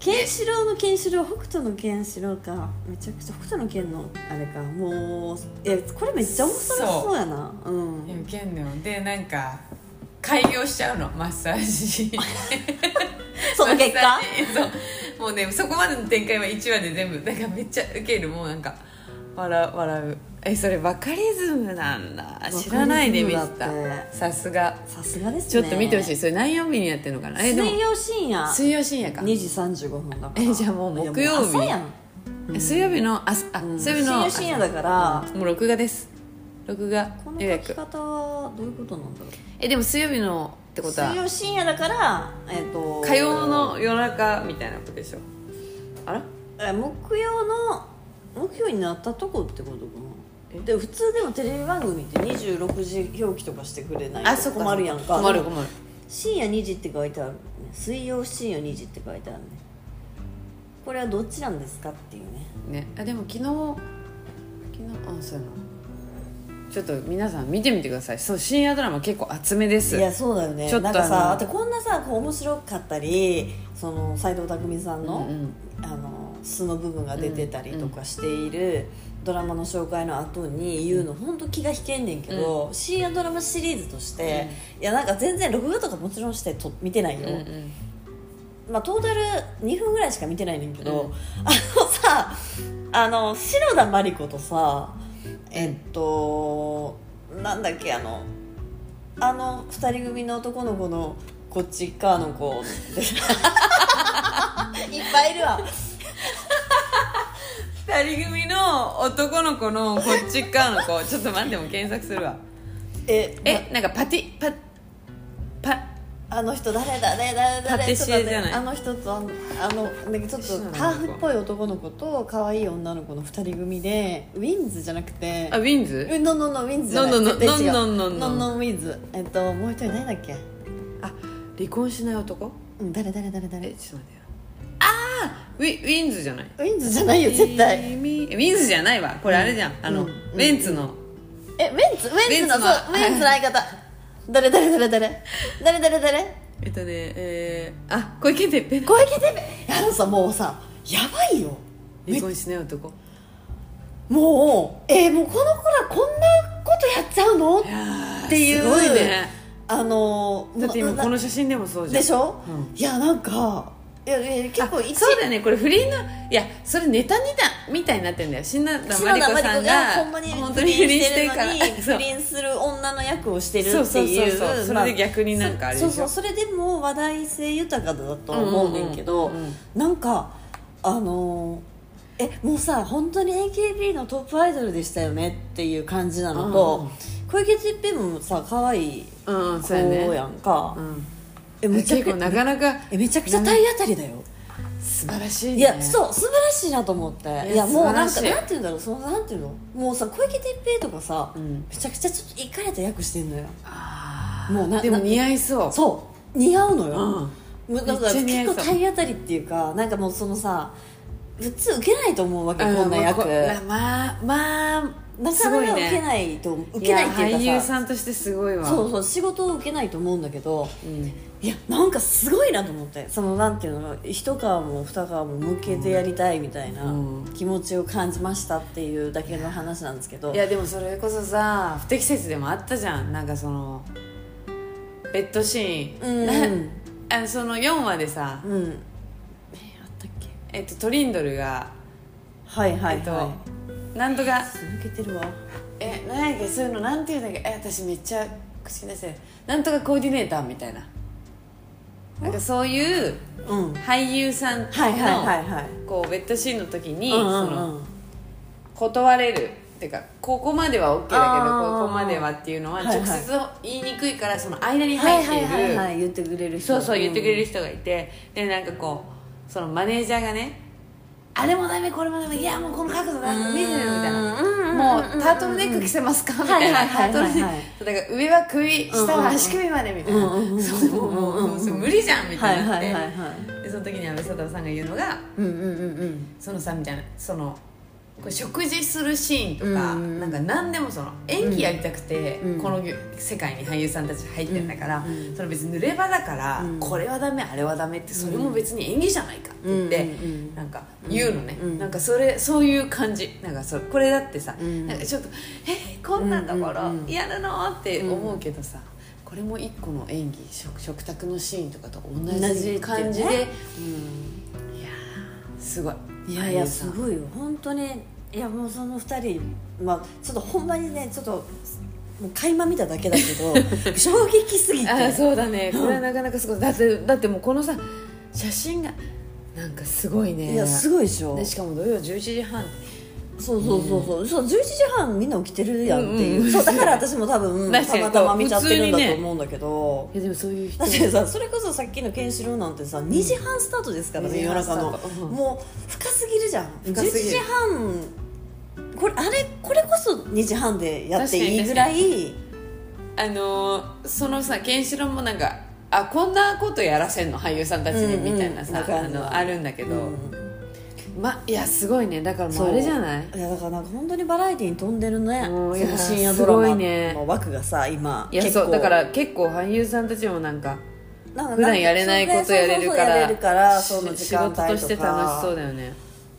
[SPEAKER 2] ケンシロウのケンシロウ北斗のケンシロウかめちゃくちゃ北斗の拳のあれかもういやこれめっちゃ面白そうやなうん
[SPEAKER 1] いや受けんのよでなんか開業しちゃうのマッサージ マッサージ
[SPEAKER 2] その結果
[SPEAKER 1] そうもうねそこまでの展開は1話で全部だからめっちゃ受けるもうなんか笑う笑うえそれバカリズムなんだ知らないで見て
[SPEAKER 2] バカリ
[SPEAKER 1] た
[SPEAKER 2] ズムだって
[SPEAKER 1] さすが
[SPEAKER 2] さすがです
[SPEAKER 1] ちょ
[SPEAKER 2] ね
[SPEAKER 1] っと見てほしいそれ何曜日にやってるのかなえでも
[SPEAKER 2] 水曜深夜
[SPEAKER 1] 水曜深夜か
[SPEAKER 2] 2時35分だから
[SPEAKER 1] えじゃあもう木曜日
[SPEAKER 2] いやもう朝やん
[SPEAKER 1] え水曜日の朝あ
[SPEAKER 2] うん
[SPEAKER 1] 水曜日の
[SPEAKER 2] 水曜深夜だから
[SPEAKER 1] あもう録画です録画
[SPEAKER 2] この
[SPEAKER 1] 予
[SPEAKER 2] 書き
[SPEAKER 1] 約
[SPEAKER 2] 方はどういうことなんだろう
[SPEAKER 1] えでも水曜日のってこと
[SPEAKER 2] 水
[SPEAKER 1] は
[SPEAKER 2] 曜深夜だからえっ、と
[SPEAKER 1] 火曜の夜中みたいなことでしょあら
[SPEAKER 2] え木曜の木曜になったとこってことかでも普通でもテレビ番組って26時表記とかしてくれないと
[SPEAKER 1] あそっか
[SPEAKER 2] 困るやんか
[SPEAKER 1] 困る
[SPEAKER 2] でも
[SPEAKER 1] 困る
[SPEAKER 2] 深夜2時って書いてあるね水曜深夜2時って書いてあるねこれはどっちなんですかっていうね
[SPEAKER 1] ねあでも昨日昨日あそうやなちょっと皆さん見てみてくださいそう深夜ドラマ結構厚めです
[SPEAKER 2] いやそうだよね
[SPEAKER 1] ちょっと
[SPEAKER 2] な
[SPEAKER 1] あ
[SPEAKER 2] ん
[SPEAKER 1] の
[SPEAKER 2] かさあとこんなさこう面白かったりその斎藤工さん
[SPEAKER 1] う
[SPEAKER 2] の,、
[SPEAKER 1] ん
[SPEAKER 2] あの素の部分が出てたりとかしている、ドラマの紹介の後に言うの本当気が引けんねんけど、深夜ドラマシリーズとして、いやなんか全然録画とかもちろんしてと見てないよ、
[SPEAKER 1] うんうん
[SPEAKER 2] まあ、トータル2分ぐらいしか見てないねんけど、
[SPEAKER 1] うん
[SPEAKER 2] あのさあの篠田麻里子とさえっと、なんだっけあのあの2人組の男の子のこっち側の 子いっぱいいるわ
[SPEAKER 1] 二人組の男の子のこっち側の子ちょっと待ってもう検索するわ
[SPEAKER 2] え
[SPEAKER 1] えなんかパティパパ
[SPEAKER 2] あの人誰だ誰だ誰
[SPEAKER 1] パティシエじゃない
[SPEAKER 2] ちょっと待ってあの人とあのあのなんかちょっと
[SPEAKER 1] 篠田麻里子
[SPEAKER 2] ハーフっぽい男の子と可愛い女の子の2人組でウィンズじゃなくて
[SPEAKER 1] あウィンズ
[SPEAKER 2] ノンノンノンウィンズじゃない
[SPEAKER 1] ノンノン
[SPEAKER 2] 絶対違う
[SPEAKER 1] ノンノンノンノン
[SPEAKER 2] ノンノンウィンズえっともう一人誰だっけ
[SPEAKER 1] あ離婚しない男
[SPEAKER 2] うん誰誰誰誰
[SPEAKER 1] え
[SPEAKER 2] ウ
[SPEAKER 1] ちょっと待ってよあーウィウィンズじゃない
[SPEAKER 2] ィンズじゃないよ絶対
[SPEAKER 1] 君えウィンズじゃないわこれあれじゃん、あの、
[SPEAKER 2] うんうん
[SPEAKER 1] ウェンツの
[SPEAKER 2] えウェンツウェンツの
[SPEAKER 1] ウェンツの
[SPEAKER 2] そうウェンツの相方誰誰誰誰誰誰誰
[SPEAKER 1] えっとねえー、あ小池徹平
[SPEAKER 2] 小池デベあのさもうさやばいよ
[SPEAKER 1] 離婚しない男
[SPEAKER 2] もうえーもうこの子らこんなことやっちゃうの
[SPEAKER 1] いやー
[SPEAKER 2] っていう
[SPEAKER 1] すごいね
[SPEAKER 2] あのー
[SPEAKER 1] だって今
[SPEAKER 2] な
[SPEAKER 1] この写真でもそうじゃん
[SPEAKER 2] でしょ
[SPEAKER 1] うん
[SPEAKER 2] いやなんかいやいや結構
[SPEAKER 1] あ
[SPEAKER 2] 一
[SPEAKER 1] そうだよねこれ不倫のいやそれネタネタみたいになってるんだよ新田真
[SPEAKER 2] 篠
[SPEAKER 1] 理
[SPEAKER 2] 田
[SPEAKER 1] 子
[SPEAKER 2] 麻
[SPEAKER 1] さ
[SPEAKER 2] 里
[SPEAKER 1] ん
[SPEAKER 2] 子
[SPEAKER 1] が
[SPEAKER 2] がほんまに
[SPEAKER 1] 本
[SPEAKER 2] 不
[SPEAKER 1] 当に
[SPEAKER 2] 倫
[SPEAKER 1] 不倫
[SPEAKER 2] し
[SPEAKER 1] してて
[SPEAKER 2] る
[SPEAKER 1] る
[SPEAKER 2] の
[SPEAKER 1] から
[SPEAKER 2] に
[SPEAKER 1] そう
[SPEAKER 2] 不倫する女の役をしてるって
[SPEAKER 1] そうそうそう
[SPEAKER 2] い
[SPEAKER 1] そう
[SPEAKER 2] う
[SPEAKER 1] それで
[SPEAKER 2] ま
[SPEAKER 1] 逆になんかあれでしょ
[SPEAKER 2] そうそうそれでも話題性豊かだと思うねんけど、
[SPEAKER 1] うんうんうんうん
[SPEAKER 2] なんかあのーえもうさ本当に AKB のトップアイドルでしたよねっていう感じなのと、小池徹平もさ可愛い
[SPEAKER 1] うんうん
[SPEAKER 2] 子
[SPEAKER 1] そうやね
[SPEAKER 2] やんか、
[SPEAKER 1] うん
[SPEAKER 2] えめちゃ
[SPEAKER 1] 結
[SPEAKER 2] く
[SPEAKER 1] 構なかなか
[SPEAKER 2] えめちゃくちゃ体当たりだよ
[SPEAKER 1] 素晴らしいね
[SPEAKER 2] いやそう素晴らしいなと思っていや
[SPEAKER 1] や
[SPEAKER 2] もうなん
[SPEAKER 1] 素
[SPEAKER 2] か
[SPEAKER 1] 晴らしい
[SPEAKER 2] なんて言うんだろうそのなんて言うのもうさ小池徹平とかさ、
[SPEAKER 1] うん
[SPEAKER 2] めちゃくちゃちょっといかれた役してんのよ
[SPEAKER 1] あー
[SPEAKER 2] もうな
[SPEAKER 1] でも
[SPEAKER 2] な
[SPEAKER 1] 似合いそう
[SPEAKER 2] そう似合うの
[SPEAKER 1] うん
[SPEAKER 2] よ、もうなん
[SPEAKER 1] めっ
[SPEAKER 2] か
[SPEAKER 1] ちゃ似合
[SPEAKER 2] 結
[SPEAKER 1] いそ
[SPEAKER 2] 構
[SPEAKER 1] う
[SPEAKER 2] 体当たりっていうかなんかもうそのさ普通受けないと思うわけ、こんな
[SPEAKER 1] う
[SPEAKER 2] 役
[SPEAKER 1] こまあまあ
[SPEAKER 2] な
[SPEAKER 1] す
[SPEAKER 2] か
[SPEAKER 1] ご
[SPEAKER 2] ないか受け
[SPEAKER 1] ね
[SPEAKER 2] ないと受けないっていう
[SPEAKER 1] や
[SPEAKER 2] かさ
[SPEAKER 1] 俳優さんとしてすごいわ
[SPEAKER 2] そうそう仕事を受けないと思うんだけど
[SPEAKER 1] うん
[SPEAKER 2] いやなんかすごいなと思ってそのなんていうの一皮も二皮も向けてやりたいみたいな
[SPEAKER 1] うん
[SPEAKER 2] 気持ちを感じましたっていうだけの話なんですけど、
[SPEAKER 1] いやでもそれこそさ不適切でもあったじゃんなんかそのベッドシーン、
[SPEAKER 2] うん
[SPEAKER 1] あのその4話でさ、
[SPEAKER 2] うん
[SPEAKER 1] あったっけえっとトリンドルが、
[SPEAKER 2] はいはい
[SPEAKER 1] えっと、
[SPEAKER 2] は
[SPEAKER 1] なんとか
[SPEAKER 2] い抜けてるわ
[SPEAKER 1] えなんやっけそういうのなんていうんだっけえ私めっちゃ口に出せないなんとかコーディネーターみたいななんかそういう
[SPEAKER 2] うんはい
[SPEAKER 1] 俳優さんの、
[SPEAKER 2] はいはいはい
[SPEAKER 1] こうベッドシーンの時に、
[SPEAKER 2] うんう
[SPEAKER 1] その
[SPEAKER 2] んうん
[SPEAKER 1] 断れるっていうかここまでは OK だけ
[SPEAKER 2] あー
[SPEAKER 1] どここまではっていうのは
[SPEAKER 2] はいはい
[SPEAKER 1] 直接言いにくいからその間に
[SPEAKER 2] は
[SPEAKER 1] 入
[SPEAKER 2] い
[SPEAKER 1] っ
[SPEAKER 2] はいは
[SPEAKER 1] てい
[SPEAKER 2] い
[SPEAKER 1] る
[SPEAKER 2] はい言ってくれる人
[SPEAKER 1] そうそう言ってくれる人がいてでなんかこうそのマネージャーがねあれもダメこれもダメいやもうこの角度だ見てるみたいなもうタートルネック着せますかみたい
[SPEAKER 2] は
[SPEAKER 1] な
[SPEAKER 2] い
[SPEAKER 1] タ
[SPEAKER 2] はい
[SPEAKER 1] ート
[SPEAKER 2] はい
[SPEAKER 1] ル
[SPEAKER 2] はい
[SPEAKER 1] ネックだから上は首下は足首までみたいなそうもうもうもうそれ無理じゃんみ
[SPEAKER 2] は
[SPEAKER 1] た
[SPEAKER 2] い
[SPEAKER 1] いになっ
[SPEAKER 2] はいはいはい
[SPEAKER 1] てでその時に阿部サダヲさんが言うのが
[SPEAKER 2] うんうんうんうん
[SPEAKER 1] そのさみたいなそのこう食事するシーンとか、
[SPEAKER 2] うんうん
[SPEAKER 1] なんか何でもその演技やりたくて、
[SPEAKER 2] うん
[SPEAKER 1] この世界に俳優さんたち入ってんだから、
[SPEAKER 2] うんうん
[SPEAKER 1] それ別に濡れ場だから、
[SPEAKER 2] うん
[SPEAKER 1] これはダメあれはダメってそれも別に演技じゃないかって言って、
[SPEAKER 2] うんうんうん
[SPEAKER 1] なんか言うのね、
[SPEAKER 2] うん
[SPEAKER 1] なんかそれそういう感じなんかそれこれだってさ、
[SPEAKER 2] うん
[SPEAKER 1] なんかちょっと「えこんなとこ
[SPEAKER 2] うん
[SPEAKER 1] ろ
[SPEAKER 2] うんうん
[SPEAKER 1] やるの?」って思うけどさ、これも一個の演技食食卓のシーンとかと同じ感じで、
[SPEAKER 2] 同じってね
[SPEAKER 1] すごい
[SPEAKER 2] いやいやす
[SPEAKER 1] い
[SPEAKER 2] ごいよ本当にいやもうその2人まあちょっとほんまにねちょっともう垣間見ただけだけ ど衝撃すぎて
[SPEAKER 1] あそうだねこれはなかなかすごいだってだってもうこのさ写真がなんかすごいね
[SPEAKER 2] いやすごいでしょ
[SPEAKER 1] でしかも土曜11時半
[SPEAKER 2] そうそうそうそう,、そう11時半みんな起きてるやんっていう,、
[SPEAKER 1] うんうん
[SPEAKER 2] そうだから私も多 分
[SPEAKER 1] 確か
[SPEAKER 2] た
[SPEAKER 1] に
[SPEAKER 2] またま見ちゃってるんだ
[SPEAKER 1] 普通
[SPEAKER 2] と
[SPEAKER 1] にね
[SPEAKER 2] 思うんだけど、
[SPEAKER 1] いやでもそういう人
[SPEAKER 2] だってさそれこそさっきのケンシロウなんてさ2時半スタートですからね、
[SPEAKER 1] 2時
[SPEAKER 2] 夜
[SPEAKER 1] 半スタ
[SPEAKER 2] 中
[SPEAKER 1] ート
[SPEAKER 2] の、
[SPEAKER 1] うん
[SPEAKER 2] もう深すぎるじゃん
[SPEAKER 1] 深すぎる
[SPEAKER 2] 11時半これあれこれこそ2時半でやっていいぐらい
[SPEAKER 1] あのーそのさケンシロウもなんかあこんなことやらせんの俳優さんたちにみたいなさ、
[SPEAKER 2] うんうんわ
[SPEAKER 1] あ
[SPEAKER 2] かるわ
[SPEAKER 1] のあるんだけど、
[SPEAKER 2] うん
[SPEAKER 1] まいやすごいねだからもうあれじゃない
[SPEAKER 2] いやだからなんか本当にバラエティーに飛んでるね
[SPEAKER 1] うん
[SPEAKER 2] そ
[SPEAKER 1] いや
[SPEAKER 2] の深夜ドラ
[SPEAKER 1] すごい
[SPEAKER 2] マ
[SPEAKER 1] ね
[SPEAKER 2] の枠がさ今
[SPEAKER 1] いやそうだから結構俳優さんたちもなんか
[SPEAKER 2] なんか
[SPEAKER 1] 普段やれないことやれるから
[SPEAKER 2] そうそうそうやれるからその
[SPEAKER 1] し
[SPEAKER 2] 時
[SPEAKER 1] 仕
[SPEAKER 2] 間帯
[SPEAKER 1] 事
[SPEAKER 2] とか
[SPEAKER 1] として楽しそうだよね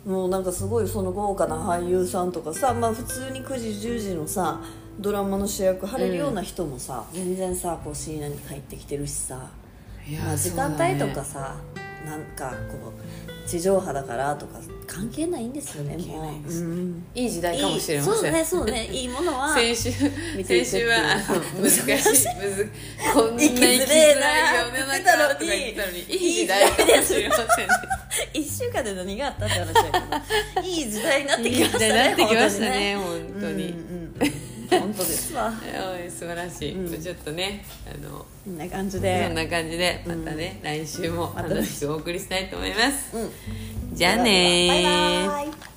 [SPEAKER 2] もうなんかすごいその豪華な俳優さんとかさ、まあ、普通に9時10時のさドラマの主役張れるような人もさ、全然さこう深夜に入ってきてるしさ、
[SPEAKER 1] いや
[SPEAKER 2] まあ、時間
[SPEAKER 1] そうだ
[SPEAKER 2] 帯
[SPEAKER 1] ね
[SPEAKER 2] とかさ、なんかこう地上波だからとか関係ないんですよね
[SPEAKER 1] 係な
[SPEAKER 2] も
[SPEAKER 1] いで
[SPEAKER 2] う、
[SPEAKER 1] す
[SPEAKER 2] うん、
[SPEAKER 1] いい時代かもしれません
[SPEAKER 2] いいそうねそうねいいも のは
[SPEAKER 1] 先週
[SPEAKER 2] 見てい
[SPEAKER 1] 先
[SPEAKER 2] くってい
[SPEAKER 1] 週
[SPEAKER 2] う
[SPEAKER 1] はあの難しい難しいこんな生きづらい世の中とか言ってたのにいい時代かもしれませんね
[SPEAKER 2] 1週間で何があったって話だけどいい時代になってき
[SPEAKER 1] いい
[SPEAKER 2] ま
[SPEAKER 1] 時
[SPEAKER 2] した
[SPEAKER 1] 代に
[SPEAKER 2] ね
[SPEAKER 1] なってきましたね本当に、
[SPEAKER 2] 本当に本当ですわ
[SPEAKER 1] はい素晴らしい、ちょっとねあの
[SPEAKER 2] こんな感じ
[SPEAKER 1] そん
[SPEAKER 2] で
[SPEAKER 1] な感じでまたね、来週も楽しくお送りしたいと思います、
[SPEAKER 2] うん
[SPEAKER 1] じゃあねー
[SPEAKER 2] バイバイ